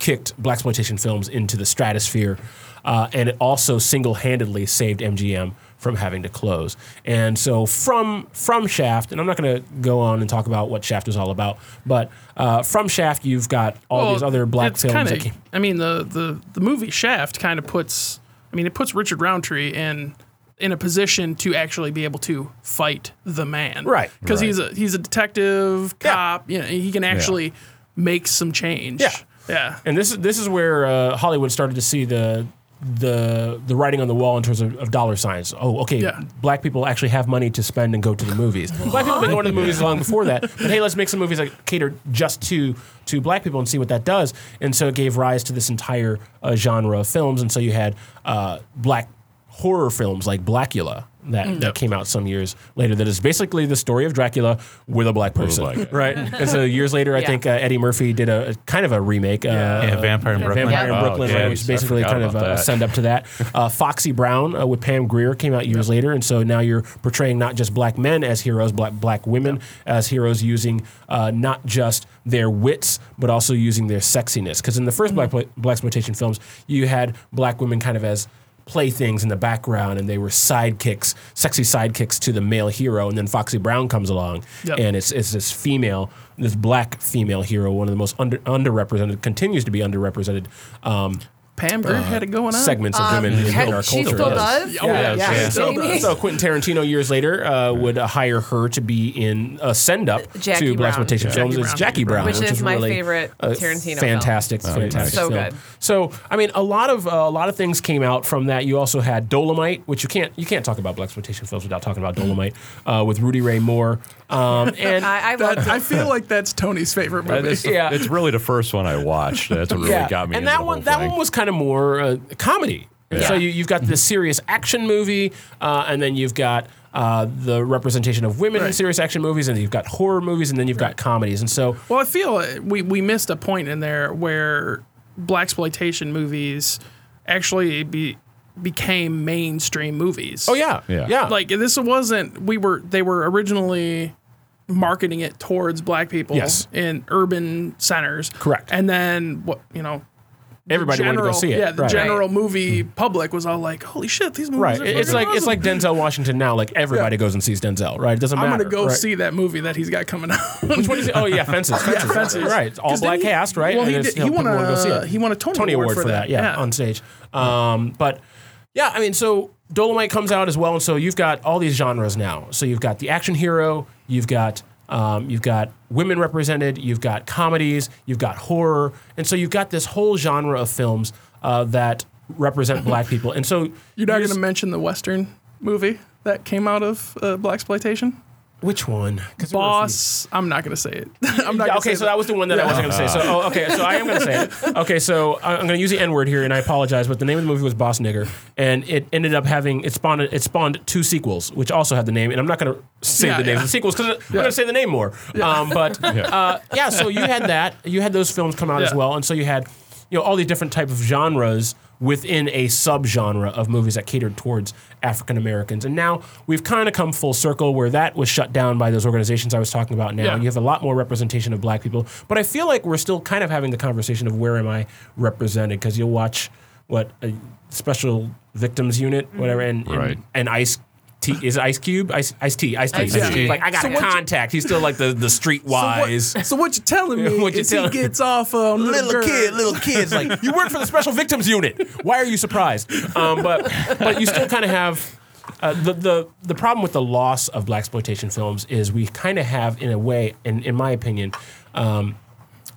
[SPEAKER 7] kicked black exploitation films into the stratosphere, uh, and it also single-handedly saved MGM from having to close. And so from from Shaft, and I'm not going to go on and talk about what Shaft was all about, but uh, from Shaft, you've got all
[SPEAKER 6] Well,
[SPEAKER 7] these other black
[SPEAKER 6] it's
[SPEAKER 7] films.
[SPEAKER 6] kinda-
[SPEAKER 7] that came,
[SPEAKER 6] I mean, the, the the movie Shaft kind of puts. I mean, it puts Richard Roundtree in in a position to actually be able to fight the man,
[SPEAKER 7] Right.
[SPEAKER 6] Because
[SPEAKER 9] Right.
[SPEAKER 6] he's a he's a detective cop. You know, he can actually make some change.
[SPEAKER 7] Yeah.
[SPEAKER 6] yeah.
[SPEAKER 7] and this is this is where uh, Hollywood started to see the the the writing on the wall in terms of, of dollar signs. Oh, okay,
[SPEAKER 6] Yeah.
[SPEAKER 7] black people actually have money to spend and go to the movies. black people have been going to the movies long before that. But hey, let's make some movies that cater just to to black people and see what that does. And so it gave rise to this entire uh, genre of films. And so you had uh, black horror films like Blackula. That, that came out some years later. That is basically the story of Dracula with a black person,
[SPEAKER 9] black guy.
[SPEAKER 7] right? And so years later, I
[SPEAKER 10] Yeah.
[SPEAKER 7] think uh, Eddie Murphy did a, a kind of a remake. Uh,
[SPEAKER 4] Yeah, Vampire in Brooklyn.
[SPEAKER 7] Vampire in
[SPEAKER 9] Oh,
[SPEAKER 7] Brooklyn, right,
[SPEAKER 9] yeah,
[SPEAKER 7] which is
[SPEAKER 9] I
[SPEAKER 7] basically
[SPEAKER 9] forgot
[SPEAKER 7] kind of
[SPEAKER 9] about
[SPEAKER 7] a
[SPEAKER 9] that.
[SPEAKER 7] send up to that. Uh, Foxy Brown uh, with Pam Greer came out years later, and so now you're portraying not just black men as heroes, black black women as heroes, using uh, not just their wits but also using their sexiness. Because in the 1st black
[SPEAKER 9] Mm-hmm.
[SPEAKER 7] black exploitation films, you had black women kind of as playthings in the background and they were sidekicks sexy sidekicks to the male hero and then foxy brown comes along
[SPEAKER 6] Yep.
[SPEAKER 7] and it's, it's this female this black female hero one of the most under, underrepresented continues to be underrepresented um,
[SPEAKER 6] Pam Grier had it going on.
[SPEAKER 7] segments of women in
[SPEAKER 10] Heck,
[SPEAKER 7] our culture.
[SPEAKER 10] Um, she still does?
[SPEAKER 6] Oh, yeah,
[SPEAKER 7] Yeah.
[SPEAKER 6] she
[SPEAKER 7] So,
[SPEAKER 6] still does.
[SPEAKER 7] so Quentin Tarantino years later uh, would uh, hire her to be in a send up
[SPEAKER 10] Jackie
[SPEAKER 7] to
[SPEAKER 10] Brown.
[SPEAKER 7] black exploitation
[SPEAKER 6] Jackie
[SPEAKER 7] films.
[SPEAKER 6] Brown.
[SPEAKER 7] It's Jackie Brown,
[SPEAKER 10] Which is my
[SPEAKER 7] really
[SPEAKER 10] favorite
[SPEAKER 7] a
[SPEAKER 10] Tarantino film.
[SPEAKER 7] Fantastic, fantastic,
[SPEAKER 10] So
[SPEAKER 7] film.
[SPEAKER 10] good.
[SPEAKER 7] So I mean, a lot of uh, a lot of things came out from that. You also had Dolomite, which you can't you can't talk about black exploitation films without talking about Dolomite uh, with Rudy Ray Moore. Um, and
[SPEAKER 10] I, I
[SPEAKER 6] That-
[SPEAKER 10] loved it.
[SPEAKER 6] I feel like that's Tony's favorite movie.
[SPEAKER 9] That is the-
[SPEAKER 7] Yeah.
[SPEAKER 9] It's really the first one I watched. That's what really got me. into
[SPEAKER 7] And that
[SPEAKER 9] the
[SPEAKER 7] one,
[SPEAKER 9] whole
[SPEAKER 7] that
[SPEAKER 9] thing.
[SPEAKER 7] one was kind of more uh, comedy. And
[SPEAKER 9] Yeah.
[SPEAKER 7] So you, you've got the serious action movie, uh, and then you've got uh, the representation of women in
[SPEAKER 6] Right.
[SPEAKER 7] serious action movies, and you've got horror movies, and then you've got comedies. And so
[SPEAKER 6] Well, I feel uh, we we missed a point in there where black exploitation movies actually be, became mainstream movies.
[SPEAKER 7] Oh yeah,
[SPEAKER 9] Yeah.
[SPEAKER 6] like this wasn't we were they were originally marketing it towards black people
[SPEAKER 7] Yes.
[SPEAKER 6] in urban centers.
[SPEAKER 7] Correct.
[SPEAKER 6] And then what you know
[SPEAKER 7] everybody wanted to go see it.
[SPEAKER 6] Yeah, the
[SPEAKER 7] right.
[SPEAKER 6] general movie public was all like, "Holy shit, these movies
[SPEAKER 7] Right.
[SPEAKER 6] are
[SPEAKER 7] It- It's
[SPEAKER 6] fucking
[SPEAKER 7] like it's
[SPEAKER 6] awesome.
[SPEAKER 7] like Denzel Washington now. Like everybody goes and sees Denzel. Right. It doesn't
[SPEAKER 6] I'm
[SPEAKER 7] matter.
[SPEAKER 6] gonna go
[SPEAKER 7] right?
[SPEAKER 6] see that movie that he's got coming out.
[SPEAKER 7] Which one is it? Oh yeah, fences. Fences.
[SPEAKER 6] Fences.
[SPEAKER 7] Right. It's all
[SPEAKER 6] 'Cause then
[SPEAKER 7] black
[SPEAKER 6] he-
[SPEAKER 7] cast. Right.
[SPEAKER 6] Well,
[SPEAKER 7] And
[SPEAKER 6] he,
[SPEAKER 7] it's,
[SPEAKER 6] did,
[SPEAKER 7] you
[SPEAKER 6] he
[SPEAKER 7] know,
[SPEAKER 6] won
[SPEAKER 7] people wanna
[SPEAKER 6] a
[SPEAKER 7] go see it.
[SPEAKER 6] he won a Tony,
[SPEAKER 7] Tony Award for that. Yeah, on stage. Um, but yeah, I mean, so Dolomite comes out as well, and so you've got all these genres now. So you've got the action hero, you've got um, you've got women represented, you've got comedies, you've got horror, and so you've got this whole genre of films uh, that represent black people. And so
[SPEAKER 6] You're not
[SPEAKER 7] here's-
[SPEAKER 6] going to mention the Western movie that came out of uh, black exploitation.
[SPEAKER 7] which one 'Cause there were a few.
[SPEAKER 6] Boss, I'm not going to say it. I'm not.
[SPEAKER 7] Yeah,
[SPEAKER 6] Gonna
[SPEAKER 7] okay,
[SPEAKER 6] say
[SPEAKER 7] so that was the one that I wasn't going to say. So, oh, okay, so I am going to say it. Okay, so I- I'm going to use the N word here, and I apologize, but the name of the movie was Boss Nigger, and it ended up having it spawned it spawned two sequels, which also had the name, and I'm not going to say
[SPEAKER 6] Yeah,
[SPEAKER 7] the names
[SPEAKER 6] yeah.
[SPEAKER 7] of the sequels because I'm going to say the name more. Um, but uh, yeah, so you had that, you had those films come out as
[SPEAKER 6] Yeah.
[SPEAKER 7] well, and so you had you know all these different type of genres within a subgenre of movies that catered towards African Americans. And now we've kind of come full circle where that was shut down by those organizations I was talking about now.
[SPEAKER 6] Yeah.
[SPEAKER 7] You have a lot more representation of black people, but I feel like we're still kind of having the conversation of where am I represented because you'll watch what a special victims unit whatever and and,
[SPEAKER 9] Right.
[SPEAKER 7] and Ice T is it Ice Cube Ice Ice T Ice T
[SPEAKER 6] Ice T.
[SPEAKER 7] like I got
[SPEAKER 6] So
[SPEAKER 7] a
[SPEAKER 6] what you-
[SPEAKER 7] contact he's still like the the streetwise
[SPEAKER 6] So what, so what you telling me
[SPEAKER 7] What you
[SPEAKER 6] is
[SPEAKER 7] telling-
[SPEAKER 6] he gets off on little,
[SPEAKER 7] little
[SPEAKER 6] girls.
[SPEAKER 7] kid, little kids. Like you work for the Special Victims Unit. Why are you surprised? Um, but but you still kind of have. Uh, the, the the problem with the loss of black exploitation films is we kind of have in a way and in my opinion um,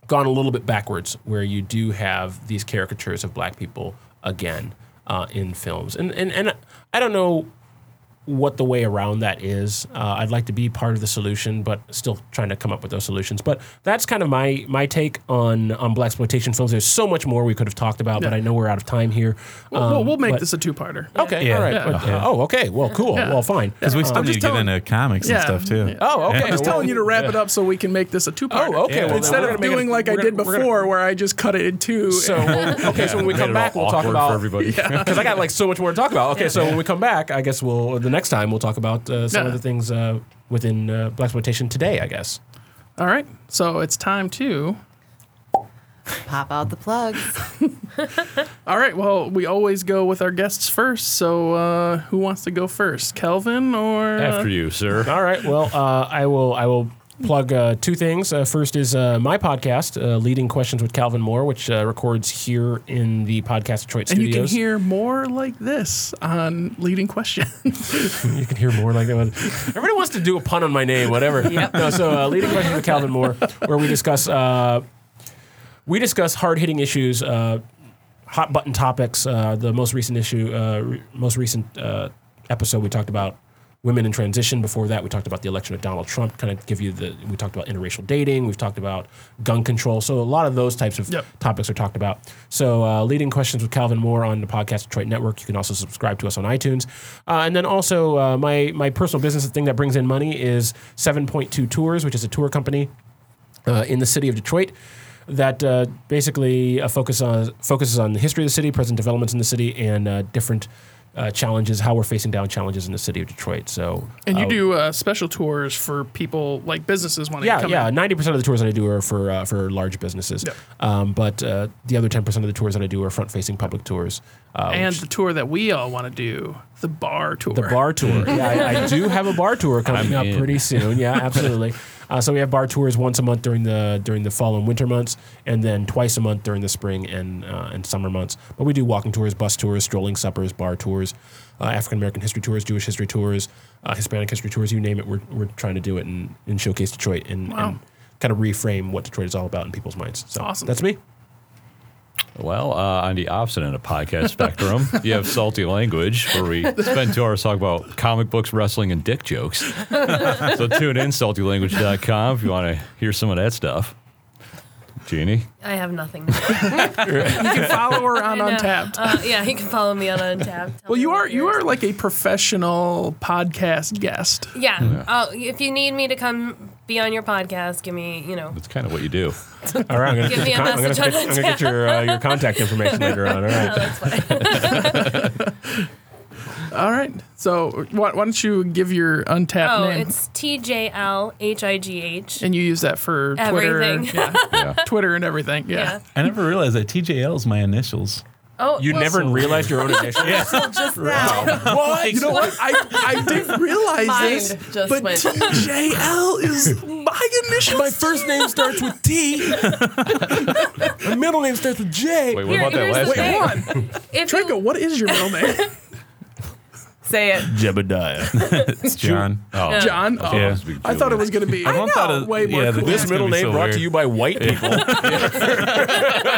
[SPEAKER 7] gone a little bit backwards where you do have these caricatures of black people again uh, in films and, and and I don't know what the way around that is. Uh, I'd like to be part of the solution, but still trying to come up with those solutions. But that's kind of my my take on on black exploitation films. There's so much more we could have talked about, but
[SPEAKER 6] Yeah.
[SPEAKER 7] I know we're out of time here.
[SPEAKER 6] We'll, we'll-
[SPEAKER 7] Um,
[SPEAKER 6] we'll make
[SPEAKER 7] but-
[SPEAKER 6] this a two-parter.
[SPEAKER 7] okay. All right.
[SPEAKER 4] Yeah.
[SPEAKER 7] But, uh, oh, okay. Well, cool.
[SPEAKER 6] Yeah.
[SPEAKER 7] Well, fine.
[SPEAKER 4] Because we still
[SPEAKER 6] I'm
[SPEAKER 4] need to
[SPEAKER 6] just
[SPEAKER 4] get
[SPEAKER 6] telling-
[SPEAKER 4] into comics
[SPEAKER 6] Yeah.
[SPEAKER 4] and stuff too.
[SPEAKER 6] Yeah.
[SPEAKER 7] Oh, okay.
[SPEAKER 6] I'm just telling you to wrap it up so we can make this a two-parter.
[SPEAKER 7] Oh, okay. Well, then
[SPEAKER 6] Instead
[SPEAKER 7] we're
[SPEAKER 6] of
[SPEAKER 7] gonna make it-
[SPEAKER 6] doing like I
[SPEAKER 7] we're gonna-
[SPEAKER 6] did
[SPEAKER 7] we're gonna-
[SPEAKER 6] before, where I just cut it in two.
[SPEAKER 7] So we'll- okay, so when we
[SPEAKER 9] Made
[SPEAKER 7] come
[SPEAKER 9] it
[SPEAKER 7] back,
[SPEAKER 9] all
[SPEAKER 7] we'll talk
[SPEAKER 9] awkward
[SPEAKER 7] about
[SPEAKER 9] for everybody.
[SPEAKER 7] because I got like so much more to talk about. Okay, so when we come back, I guess we'll the next time we'll talk about uh, some
[SPEAKER 6] Yeah.
[SPEAKER 7] of the things uh, within uh, black exploitation today. I guess.
[SPEAKER 6] all right. So it's time to.
[SPEAKER 10] Pop out the plugs.
[SPEAKER 6] All right. Well, we always go with our guests first. So uh, who wants to go first, Kelvin or?
[SPEAKER 9] After you, sir.
[SPEAKER 7] Uh-huh. All right. Well, uh, I will. I will plug uh, two things. Uh, first is uh, my podcast, uh, Leading Questions with Calvin Moore, which uh, records here in the Podcast Detroit
[SPEAKER 6] and you
[SPEAKER 7] studios.
[SPEAKER 6] can hear more like this on leading question.
[SPEAKER 7] you can hear more like that. Everybody wants to do a pun on my name, whatever. No, so uh, leading question with Calvin Moore, where we discuss uh, we discuss hard hitting issues, uh, hot button topics. Uh, the most recent issue, uh, re- most recent uh, episode, we talked about women in transition. Before that, we talked about the election of Donald Trump. Kind of give you the. We talked about interracial dating. We've talked about gun control. So a lot of those types of
[SPEAKER 6] Yep.
[SPEAKER 7] topics are talked about. So, uh, leading questions with Calvin Moore on the podcast Detroit Network. You can also subscribe to us on iTunes, uh, and then also uh, my my personal business, the thing that brings in money is Seven Point Two Tours, which is a tour company uh, in the city of Detroit that uh, basically uh, focus on, focuses on the history of the city, present developments in the city, and uh, different uh, challenges, how we're facing down challenges in the city of Detroit. So,
[SPEAKER 6] and you
[SPEAKER 7] uh,
[SPEAKER 6] do uh, special tours for people like businesses when they
[SPEAKER 7] yeah,
[SPEAKER 6] come
[SPEAKER 7] yeah.
[SPEAKER 6] in.
[SPEAKER 7] Ninety percent of the tours that I do are for uh, for large businesses,
[SPEAKER 6] Yep.
[SPEAKER 7] um, but uh, the other ten percent of the tours that I do are front facing public tours. Uh,
[SPEAKER 6] And
[SPEAKER 7] which-
[SPEAKER 6] the tour that we all want to do, the bar tour.
[SPEAKER 7] the bar tour. yeah, I, I do have a bar tour coming
[SPEAKER 9] I'm
[SPEAKER 7] up
[SPEAKER 9] in.
[SPEAKER 7] pretty soon. Yeah, absolutely. Uh, so we have bar tours once a month during the during the fall and winter months, and then twice a month during the spring and uh, and summer months. But we do walking tours, bus tours, strolling suppers, bar tours, uh, African American history tours, Jewish history tours, uh, Hispanic history tours. You name it, we're, we're trying to do it and, and showcase Detroit and, and kind of reframe what Detroit is all about in people's minds. So
[SPEAKER 6] Awesome.
[SPEAKER 7] that's me.
[SPEAKER 9] Well, uh, on the opposite end of podcast spectrum, you have salty language, where we spend two hours talking about comic books, wrestling, and dick jokes. so tune in saltylanguage.com if you want to hear some of that stuff. Jeannie,
[SPEAKER 8] I have nothing.
[SPEAKER 6] you can follow her on
[SPEAKER 8] No.
[SPEAKER 6] Untapped.
[SPEAKER 8] Uh, yeah, you can follow me on Untapped. Tell
[SPEAKER 6] Well,
[SPEAKER 8] me
[SPEAKER 6] you
[SPEAKER 8] about
[SPEAKER 6] are you
[SPEAKER 8] yours.
[SPEAKER 6] are like a professional podcast guest.
[SPEAKER 8] Yeah. Uh, if you need me to come be on your podcast, give me, you know,
[SPEAKER 9] that's kind of what you do.
[SPEAKER 7] All right, I'm gonna
[SPEAKER 8] Give me a
[SPEAKER 7] I'm gonna
[SPEAKER 8] message on
[SPEAKER 7] get, I'm gonna get your uh, your contact information later on. All right.
[SPEAKER 6] All right. So why, why don't you give your Untapped
[SPEAKER 8] oh,
[SPEAKER 6] name?
[SPEAKER 8] it's T J L H I G H.
[SPEAKER 6] and you use that for
[SPEAKER 8] Everything.
[SPEAKER 6] Twitter, yeah,
[SPEAKER 9] Yeah.
[SPEAKER 6] Twitter and everything. Yeah.
[SPEAKER 8] Yeah.
[SPEAKER 4] I never realized that TJL is my initials.
[SPEAKER 8] Oh,
[SPEAKER 7] You
[SPEAKER 8] well,
[SPEAKER 7] never realized your own initials.
[SPEAKER 8] just now.
[SPEAKER 6] Well, you know what? I, I didn't realize
[SPEAKER 8] Mine
[SPEAKER 6] this,
[SPEAKER 8] just
[SPEAKER 6] but
[SPEAKER 8] went.
[SPEAKER 6] TJL is my initial.
[SPEAKER 7] My first name starts with T. My middle name starts with J.
[SPEAKER 9] Wait, what
[SPEAKER 8] Here-
[SPEAKER 9] about that
[SPEAKER 8] here's the
[SPEAKER 9] last
[SPEAKER 8] thing.
[SPEAKER 9] name?
[SPEAKER 8] If
[SPEAKER 6] Draco,
[SPEAKER 8] you,
[SPEAKER 6] what is your middle name?
[SPEAKER 10] Say it.
[SPEAKER 4] Jebediah. it's John.
[SPEAKER 9] Oh,
[SPEAKER 6] John. Oh,
[SPEAKER 4] Yeah.
[SPEAKER 6] I thought it was going to be. I know.
[SPEAKER 4] Everyone thought it-
[SPEAKER 6] way more
[SPEAKER 4] yeah, the-
[SPEAKER 6] cool.
[SPEAKER 4] This
[SPEAKER 7] This middle
[SPEAKER 4] gonna be
[SPEAKER 7] name
[SPEAKER 4] so
[SPEAKER 7] brought to
[SPEAKER 4] weird.
[SPEAKER 7] you by white people.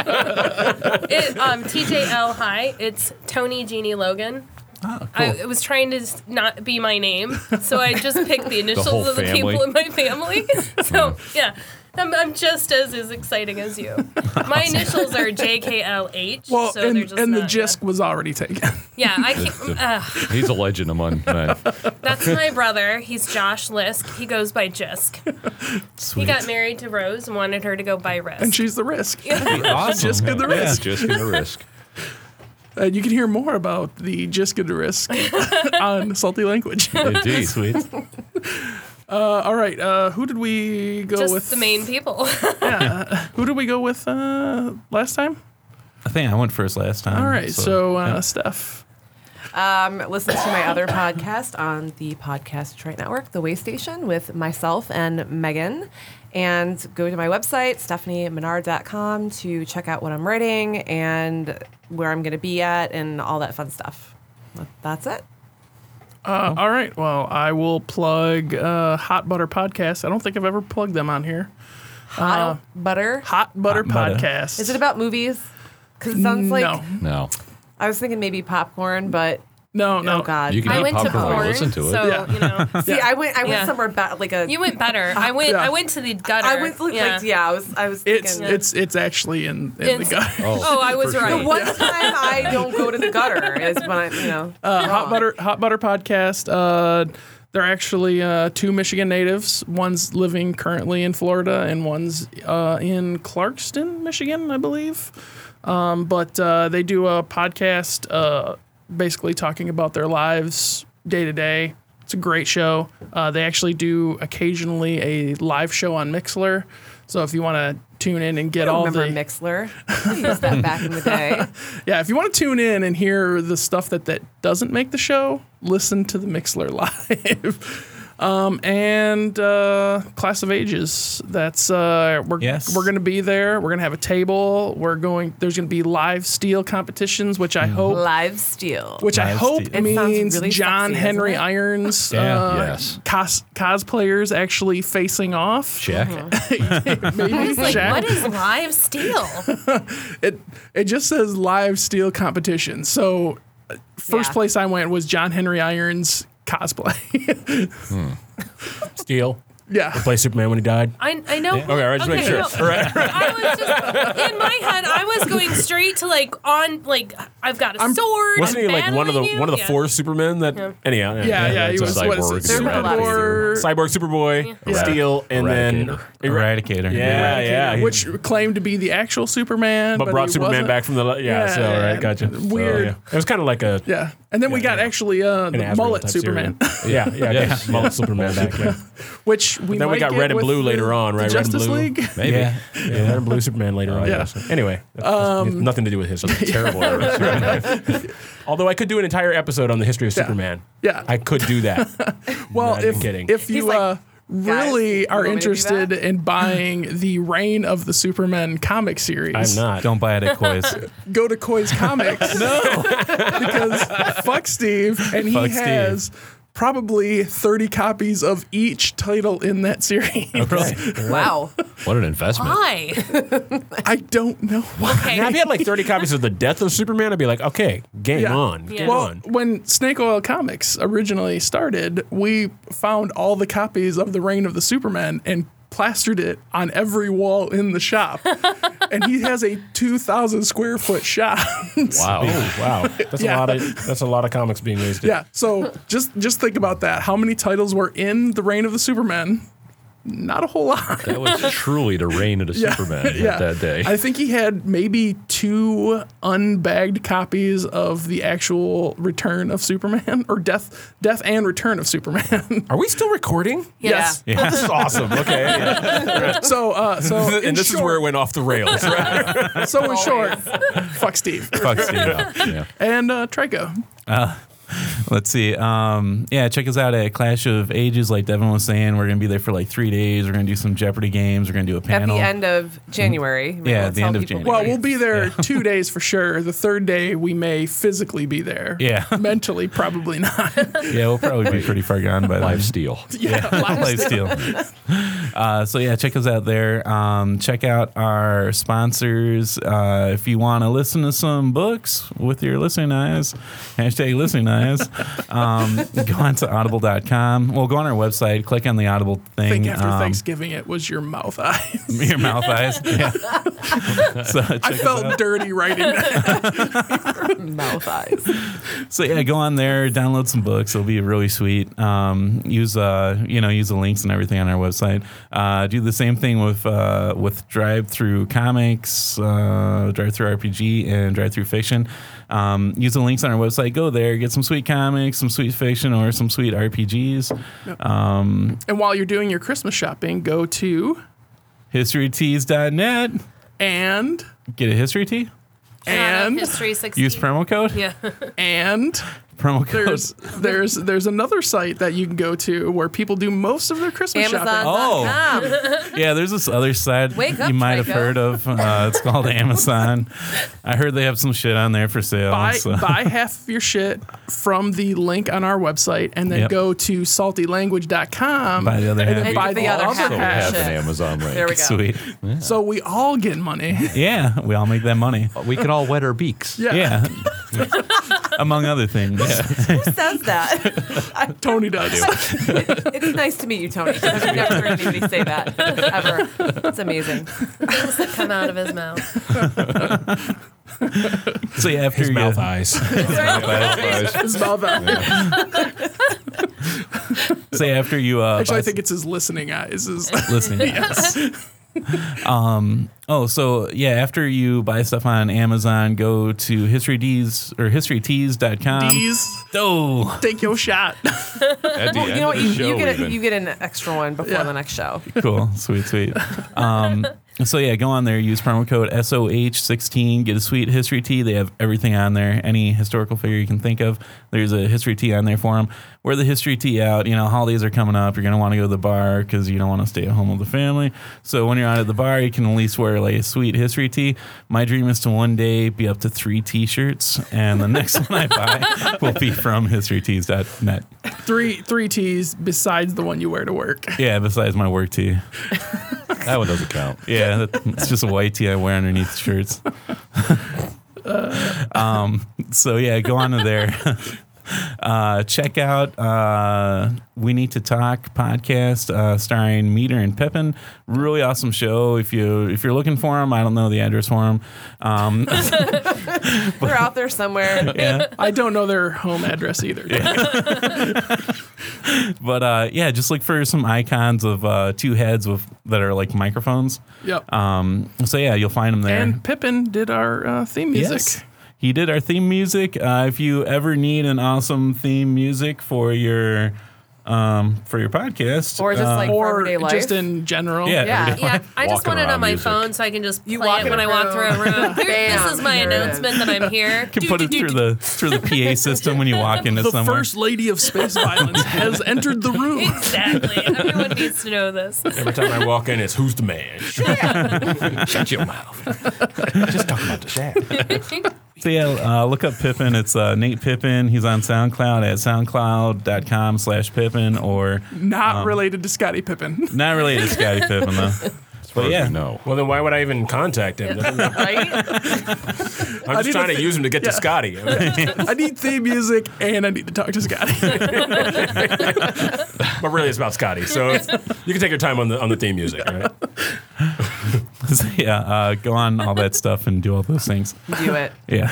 [SPEAKER 8] it, um, TJL, hi, it's Tony Jeannie Logan.
[SPEAKER 4] Oh,
[SPEAKER 8] I,
[SPEAKER 4] cool.
[SPEAKER 8] I was trying to s- not be my name, so I just picked the initials
[SPEAKER 9] whole
[SPEAKER 8] of the
[SPEAKER 9] family.
[SPEAKER 8] people in my family. so yeah, I'm, I'm just as as exciting as you. My initials are JKLH.
[SPEAKER 6] Well,
[SPEAKER 8] so
[SPEAKER 6] and,
[SPEAKER 8] they're just
[SPEAKER 6] and the
[SPEAKER 8] not-
[SPEAKER 6] gist was already taken.
[SPEAKER 8] Yeah, I can't. Uh,
[SPEAKER 9] He's a legend among men.
[SPEAKER 8] that's my brother. He's Josh Lisk. He goes by Jisk.
[SPEAKER 4] Sweet.
[SPEAKER 8] He got married to Rose and wanted her to go by Risk.
[SPEAKER 6] and she's the risk.
[SPEAKER 4] awesome.
[SPEAKER 6] Just good the
[SPEAKER 9] Yeah,
[SPEAKER 6] risk.
[SPEAKER 9] just gonna risk.
[SPEAKER 6] Uh, you can hear more about the Jiska risk on Salty Language.
[SPEAKER 9] Indeed. Sweet.
[SPEAKER 6] Uh, all right. Uh, who did we go
[SPEAKER 8] Just
[SPEAKER 6] with?
[SPEAKER 8] the main people.
[SPEAKER 6] Who did we go with uh, last time?
[SPEAKER 4] I think I went first last time.
[SPEAKER 6] All right. So, uh,
[SPEAKER 4] yeah.
[SPEAKER 6] Steph.
[SPEAKER 10] Um, listen to my other podcast on the Podcast Detroit Network, The Way Station, with myself and Megan. And go to my website, stephaniemenard.com, to check out what I'm writing and where I'm going to be at and all that fun stuff. That's it.
[SPEAKER 6] Uh, All right. Well, I will plug uh, Hot Butter Podcast. I don't think I've ever plugged them on here.
[SPEAKER 8] Uh,
[SPEAKER 10] Hot Butter?
[SPEAKER 6] Hot Butter
[SPEAKER 4] Butter.
[SPEAKER 6] Podcast.
[SPEAKER 10] Is it about movies? Because it
[SPEAKER 8] Mm,
[SPEAKER 10] sounds like
[SPEAKER 6] No.
[SPEAKER 9] No.
[SPEAKER 10] I was thinking maybe popcorn, but
[SPEAKER 6] No, no.
[SPEAKER 10] oh god,
[SPEAKER 9] You can
[SPEAKER 8] I
[SPEAKER 9] eat
[SPEAKER 8] went to
[SPEAKER 9] popcorn while
[SPEAKER 8] porn,
[SPEAKER 9] you listen to it.
[SPEAKER 8] so you know
[SPEAKER 10] See, I went. I went
[SPEAKER 8] Yeah.
[SPEAKER 10] somewhere ba- like a.
[SPEAKER 8] you went better. I went.
[SPEAKER 6] Yeah.
[SPEAKER 8] I went to the gutter.
[SPEAKER 10] I was like,
[SPEAKER 8] yeah.
[SPEAKER 10] like, yeah. I was. I was.
[SPEAKER 6] It's
[SPEAKER 10] thinking,
[SPEAKER 6] it's it's actually in, in
[SPEAKER 8] It's-
[SPEAKER 6] the gutter.
[SPEAKER 8] Oh, I was
[SPEAKER 9] For sure.
[SPEAKER 8] right.
[SPEAKER 10] the one time I don't go to the gutter is when I, you know.
[SPEAKER 6] Uh, hot butter hot butter podcast. Uh, they're actually uh, two Michigan natives. One's living currently in Florida, and one's uh, in Clarkston, Michigan, I believe. Um, but uh, they do a podcast, uh, basically talking about their lives day to day. It's a great show. Uh, they actually do occasionally a live show on Mixler. So if you want to tune in and get
[SPEAKER 10] I
[SPEAKER 6] all
[SPEAKER 10] remember
[SPEAKER 6] the
[SPEAKER 10] Mixler. I used that back in the day.
[SPEAKER 6] yeah, if you want to tune in and hear the stuff that that doesn't make the show, listen to the Mixler live. Um, and uh, Class of Ages. That's uh, we're
[SPEAKER 4] Yes.
[SPEAKER 6] we're gonna be there. We're gonna have a table. We're going. There's gonna be live steel competitions, which I hope.
[SPEAKER 10] Live Steel.
[SPEAKER 6] Which
[SPEAKER 4] Mm-hmm.
[SPEAKER 6] I
[SPEAKER 4] Live
[SPEAKER 6] hope
[SPEAKER 4] steel.
[SPEAKER 10] It sounds
[SPEAKER 6] means
[SPEAKER 10] really
[SPEAKER 6] John
[SPEAKER 10] sexy,
[SPEAKER 6] Henry
[SPEAKER 10] doesn't it?
[SPEAKER 6] Irons
[SPEAKER 4] Yeah.
[SPEAKER 6] uh,
[SPEAKER 9] Yes.
[SPEAKER 6] cos- cosplayers actually facing off.
[SPEAKER 9] Check.
[SPEAKER 10] Mm-hmm.
[SPEAKER 6] Maybe
[SPEAKER 8] I was like,
[SPEAKER 6] Jack-
[SPEAKER 8] what is live steel?
[SPEAKER 6] it it just says live steel competition. So uh, first
[SPEAKER 10] Yeah.
[SPEAKER 6] place I went was John Henry Irons cosplay.
[SPEAKER 7] Steel.
[SPEAKER 6] yeah.
[SPEAKER 7] Play Superman when he died.
[SPEAKER 8] I, I know.
[SPEAKER 7] Okay, all right, just make sure.
[SPEAKER 8] no. I was just in my head. I was going straight to like on like I've got a sword.
[SPEAKER 7] Wasn't
[SPEAKER 8] I'm
[SPEAKER 7] he like one of the
[SPEAKER 8] battling you.
[SPEAKER 7] one of the
[SPEAKER 8] Yeah.
[SPEAKER 7] four Supermen that anyhow?
[SPEAKER 6] Yeah, yeah, he
[SPEAKER 9] it's a
[SPEAKER 6] was what is
[SPEAKER 9] cyborg.
[SPEAKER 6] it,
[SPEAKER 9] There's
[SPEAKER 10] been a lot of
[SPEAKER 6] Superboy,
[SPEAKER 7] Cyborg, Superboy, Steel, and then
[SPEAKER 4] Eradicator.
[SPEAKER 7] yeah, yeah, he-
[SPEAKER 6] which claimed to be the actual Superman,
[SPEAKER 7] but brought
[SPEAKER 6] he
[SPEAKER 7] Superman
[SPEAKER 6] wasn't.
[SPEAKER 7] back from the le- yeah. so all
[SPEAKER 6] Yeah.
[SPEAKER 7] right, gotcha.
[SPEAKER 6] Weird.
[SPEAKER 7] So, yeah. It was kind of like a
[SPEAKER 6] Yeah, and then we got actually uh,
[SPEAKER 7] an
[SPEAKER 6] the
[SPEAKER 7] Asriel
[SPEAKER 6] mullet
[SPEAKER 7] type
[SPEAKER 6] Superman,
[SPEAKER 7] serial. yeah, yeah, yeah.
[SPEAKER 9] Yes.
[SPEAKER 7] mullet Superman back. Yeah.
[SPEAKER 6] which we
[SPEAKER 7] Then we
[SPEAKER 6] might
[SPEAKER 7] got
[SPEAKER 6] get
[SPEAKER 7] red and
[SPEAKER 6] with
[SPEAKER 7] blue
[SPEAKER 6] the-
[SPEAKER 7] later on,
[SPEAKER 6] the
[SPEAKER 7] right? Red and
[SPEAKER 6] Justice
[SPEAKER 7] blue.
[SPEAKER 6] League.
[SPEAKER 9] Maybe.
[SPEAKER 4] Yeah.
[SPEAKER 7] Yeah, red and blue Superman later on.
[SPEAKER 6] yeah. Um,
[SPEAKER 7] Yeah. so- Anyway, that's- it's nothing to do with history. terrible. Although I could do an entire episode on the history of Superman.
[SPEAKER 6] Yeah.
[SPEAKER 7] I could do that.
[SPEAKER 6] Well,
[SPEAKER 7] Not
[SPEAKER 6] if,
[SPEAKER 7] even kidding.
[SPEAKER 6] if
[SPEAKER 10] He's
[SPEAKER 6] you
[SPEAKER 10] like,
[SPEAKER 6] uh, really
[SPEAKER 10] you
[SPEAKER 6] are
[SPEAKER 10] want me to do
[SPEAKER 6] interested
[SPEAKER 10] that?
[SPEAKER 6] in buying the Reign of the Superman comic series,
[SPEAKER 7] I'm not.
[SPEAKER 4] Don't buy it at Koi's.
[SPEAKER 6] go to Coy's Comics. no, because fuck Steve, and he
[SPEAKER 4] Fuck Steve.
[SPEAKER 6] has probably 30 copies of each title in that series.
[SPEAKER 10] Wow.
[SPEAKER 9] What an investment.
[SPEAKER 8] Why?
[SPEAKER 6] I don't know why.
[SPEAKER 8] Okay.
[SPEAKER 7] Now, if you had like 30 copies of the death of Superman, I'd be like, okay, game
[SPEAKER 6] Yeah.
[SPEAKER 7] on,
[SPEAKER 8] Yeah.
[SPEAKER 7] game
[SPEAKER 6] Well,
[SPEAKER 7] on.
[SPEAKER 6] when Snake Oil Comics originally started, we found all the copies of The Reign of the Superman and plastered it on every wall in the shop. and he has a 2,000 square foot shop.
[SPEAKER 9] Wow.
[SPEAKER 7] Oh, wow, that's
[SPEAKER 6] Yeah.
[SPEAKER 7] a lot of that's a lot of comics being wasted.
[SPEAKER 6] yeah. So just just think about that. How many titles were in The Reign of the Superman? Not a whole lot.
[SPEAKER 9] That was truly the reign of the Superman that day.
[SPEAKER 6] I think he had maybe two unbagged copies of the actual Return of Superman or Death, Death and Return of Superman.
[SPEAKER 7] Are we still recording?
[SPEAKER 10] Yeah.
[SPEAKER 6] Yes.
[SPEAKER 7] Oh, this is awesome. Okay. yeah.
[SPEAKER 6] so, uh, so in
[SPEAKER 7] and this is where it
[SPEAKER 6] short-
[SPEAKER 7] went off the rails. Right?
[SPEAKER 6] so in short, fuck Steve
[SPEAKER 4] Fuck Steve.
[SPEAKER 9] yeah.
[SPEAKER 6] and uh, Trico.
[SPEAKER 4] Let's see. Um, yeah, check us out at Clash of Ages. Like Devin was saying, we're gonna be there for like three days. We're gonna do some Jeopardy games. We're gonna do a
[SPEAKER 10] At the
[SPEAKER 4] panel.
[SPEAKER 10] end of January. Maybe
[SPEAKER 4] Mm. Yeah,
[SPEAKER 10] we'll
[SPEAKER 4] at the
[SPEAKER 10] tell
[SPEAKER 4] end of
[SPEAKER 10] people
[SPEAKER 4] January.
[SPEAKER 6] Well,
[SPEAKER 10] when
[SPEAKER 6] we'll be there two days for sure. The third day we may physically be there.
[SPEAKER 4] Yeah.
[SPEAKER 6] mentally probably not.
[SPEAKER 4] Yeah, we'll probably be pretty far gone by then.
[SPEAKER 9] Live steel.
[SPEAKER 6] yeah, live
[SPEAKER 4] Live Steel. Uh, so yeah, check us out there. Um, check out our sponsors. Uh, if you want to listen to some books with your listening eyes, hashtag listening eyes, um, go on to audible.com. Well, go on our website, click on the Audible thing.
[SPEAKER 6] I think after
[SPEAKER 4] um,
[SPEAKER 6] Thanksgiving it was your mouth eyes.
[SPEAKER 4] Your mouth eyes. Yeah. so check
[SPEAKER 6] I
[SPEAKER 4] us out.
[SPEAKER 6] felt dirty writing that.
[SPEAKER 10] Mouth eyes.
[SPEAKER 4] So yeah, go on there, download some books. It'll be really sweet. Um, use uh, you know, use the links and everything on our website. Uh, do the same thing with uh, with Drive Through Comics, uh, Drive Through RPG, and Drive Through Fiction. Um, use the links on our website. Go there, get some sweet comics, some sweet fiction, or some sweet RPGs. Um,
[SPEAKER 6] And while you're doing your Christmas shopping, go to
[SPEAKER 4] HistoryTees.net.
[SPEAKER 6] and
[SPEAKER 4] Get a history tee.
[SPEAKER 6] and
[SPEAKER 8] history 60.
[SPEAKER 4] Use promo code.
[SPEAKER 8] Yeah.
[SPEAKER 6] and
[SPEAKER 4] Promo code.
[SPEAKER 6] there's there's there's another site that you can go to where people do most of their Christmas shopping.
[SPEAKER 8] Amazon.com.
[SPEAKER 4] Oh. Yeah, there's this other site
[SPEAKER 8] Wake
[SPEAKER 4] you
[SPEAKER 8] up,
[SPEAKER 4] might have
[SPEAKER 8] Draco.
[SPEAKER 4] heard of. Uh, it's called Amazon. I heard they have some shit on there for sale.
[SPEAKER 6] Buy,
[SPEAKER 4] so-
[SPEAKER 6] buy half of your shit from the link on our website and then
[SPEAKER 4] Yep.
[SPEAKER 6] go to saltylanguage.com
[SPEAKER 4] Buy the other
[SPEAKER 6] and then
[SPEAKER 4] half.
[SPEAKER 6] buy
[SPEAKER 10] And
[SPEAKER 6] the,
[SPEAKER 10] get the other
[SPEAKER 6] other
[SPEAKER 10] half.
[SPEAKER 9] So we have
[SPEAKER 6] half.
[SPEAKER 9] an Amazon link.
[SPEAKER 10] There we go.
[SPEAKER 4] Sweet.
[SPEAKER 6] So we all get money.
[SPEAKER 4] Yeah, we all make that money.
[SPEAKER 9] We can all wet our beaks.
[SPEAKER 6] Yeah.
[SPEAKER 4] Yeah. Among other things.
[SPEAKER 10] Who says that?
[SPEAKER 6] Tony does.
[SPEAKER 10] it's nice to meet you, Tony. I've never heard anybody say that ever. It's amazing.
[SPEAKER 8] Things that come out of his mouth.
[SPEAKER 4] So yeah, after
[SPEAKER 7] His
[SPEAKER 4] you,
[SPEAKER 7] mouth eyes.
[SPEAKER 6] It's about that.
[SPEAKER 4] say after you uh,
[SPEAKER 6] Actually,
[SPEAKER 4] buy
[SPEAKER 6] I think it's his listening eyes. Is
[SPEAKER 4] listening. um, oh, so yeah, after you buy stuff on Amazon, go to historyds or historytees.com.
[SPEAKER 6] Please
[SPEAKER 4] Oh,
[SPEAKER 6] take your shot.
[SPEAKER 9] At the end
[SPEAKER 10] You know what?
[SPEAKER 9] of the
[SPEAKER 10] You,
[SPEAKER 9] show,
[SPEAKER 10] you get a,
[SPEAKER 9] even.
[SPEAKER 10] you get an extra one before
[SPEAKER 6] Yeah.
[SPEAKER 10] the next show.
[SPEAKER 4] cool, sweet, sweet. Um, so yeah, go on there, use promo code SOH16, get a sweet history tee. They have everything on there, any historical figure you can think of. There's a history tee on there for them. Wear the history tee out. You know, holidays are coming up. You're gonna want to go to the bar because you don't want to stay at home with the family. So when you're out at the bar, you can at least wear like a sweet history tee. My dream is to one day be up to three T-shirts, and the next one I buy will be from historytees.net.
[SPEAKER 6] three three T's besides the one you wear to work.
[SPEAKER 4] Yeah, besides my work tee.
[SPEAKER 9] that one doesn't count.
[SPEAKER 4] Yeah, that- it's just a white tee I wear underneath shirts. um, so yeah, go on to there. Uh, check out uh, We Need to Talk podcast uh, starring Meter and Pippin. Really awesome show. If you if you're looking for them, I don't know the address for them. Um,
[SPEAKER 10] They're out there somewhere.
[SPEAKER 4] yeah.
[SPEAKER 6] I don't know their home address either.
[SPEAKER 4] But uh, yeah, just look for some icons of uh, two heads with that are like microphones.
[SPEAKER 6] Yep.
[SPEAKER 4] Um, so yeah, you'll find them there.
[SPEAKER 6] and Pippin did our uh, theme music.
[SPEAKER 4] He did our theme music. Uh, if you ever need an awesome theme music for your um, for your podcast,
[SPEAKER 10] Or just
[SPEAKER 4] uh,
[SPEAKER 10] like for
[SPEAKER 6] Or
[SPEAKER 10] everyday life.
[SPEAKER 6] just in general.
[SPEAKER 4] yeah,
[SPEAKER 10] yeah.
[SPEAKER 4] everyday-
[SPEAKER 8] Yeah, I just
[SPEAKER 9] Walking
[SPEAKER 8] want it
[SPEAKER 9] around
[SPEAKER 8] on my
[SPEAKER 9] music.
[SPEAKER 8] phone so I can just
[SPEAKER 10] You
[SPEAKER 8] play
[SPEAKER 10] walk
[SPEAKER 8] it
[SPEAKER 10] in
[SPEAKER 8] when
[SPEAKER 10] a
[SPEAKER 8] I walk through a
[SPEAKER 10] room.
[SPEAKER 8] room. Here-
[SPEAKER 10] Bam,
[SPEAKER 8] this is my
[SPEAKER 10] here it is.
[SPEAKER 8] announcement that I'm here.
[SPEAKER 4] you can put it through the through the PA system when you walk into
[SPEAKER 6] The
[SPEAKER 4] somewhere.
[SPEAKER 6] first lady of space violence has entered the room.
[SPEAKER 8] Exactly. Everyone needs to know this.
[SPEAKER 7] Every time I walk in, it's who's the man? Shut your mouth. Just talking about the shaft.
[SPEAKER 4] So yeah, uh, look up Pippin. It's uh, Nate Pippin. He's on SoundCloud at soundcloud.com slash Pippin or
[SPEAKER 6] Not
[SPEAKER 4] Um,
[SPEAKER 6] related to Scotty Pippin.
[SPEAKER 4] not related to Scotty Pippin though. But yeah,
[SPEAKER 9] No.
[SPEAKER 7] Well, then why would I even contact him? I'm
[SPEAKER 10] right?
[SPEAKER 7] just trying to use him to get to Scotty. I'm
[SPEAKER 6] I need theme music and I need to talk to Scotty.
[SPEAKER 7] But really, it's about Scotty. So it's- you can take your time on the on the theme music. Right?
[SPEAKER 4] So, yeah, uh, go on all that stuff and do all those things.
[SPEAKER 10] Do it.
[SPEAKER 4] Yeah.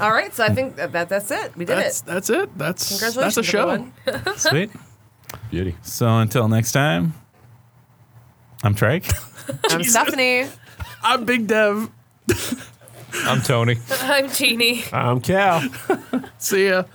[SPEAKER 10] All right. So I think that, that that's it. We did
[SPEAKER 6] that's
[SPEAKER 10] it.
[SPEAKER 6] that's it. That's
[SPEAKER 10] Congratulations,
[SPEAKER 6] that's a show.
[SPEAKER 10] everyone.
[SPEAKER 4] Sweet.
[SPEAKER 9] Beauty.
[SPEAKER 4] So until next time, I'm Trike.
[SPEAKER 10] I'm Stephanie.
[SPEAKER 6] I'm Big Dev.
[SPEAKER 9] I'm Tony.
[SPEAKER 8] I'm Jeannie.
[SPEAKER 7] I'm Cal.
[SPEAKER 6] See ya.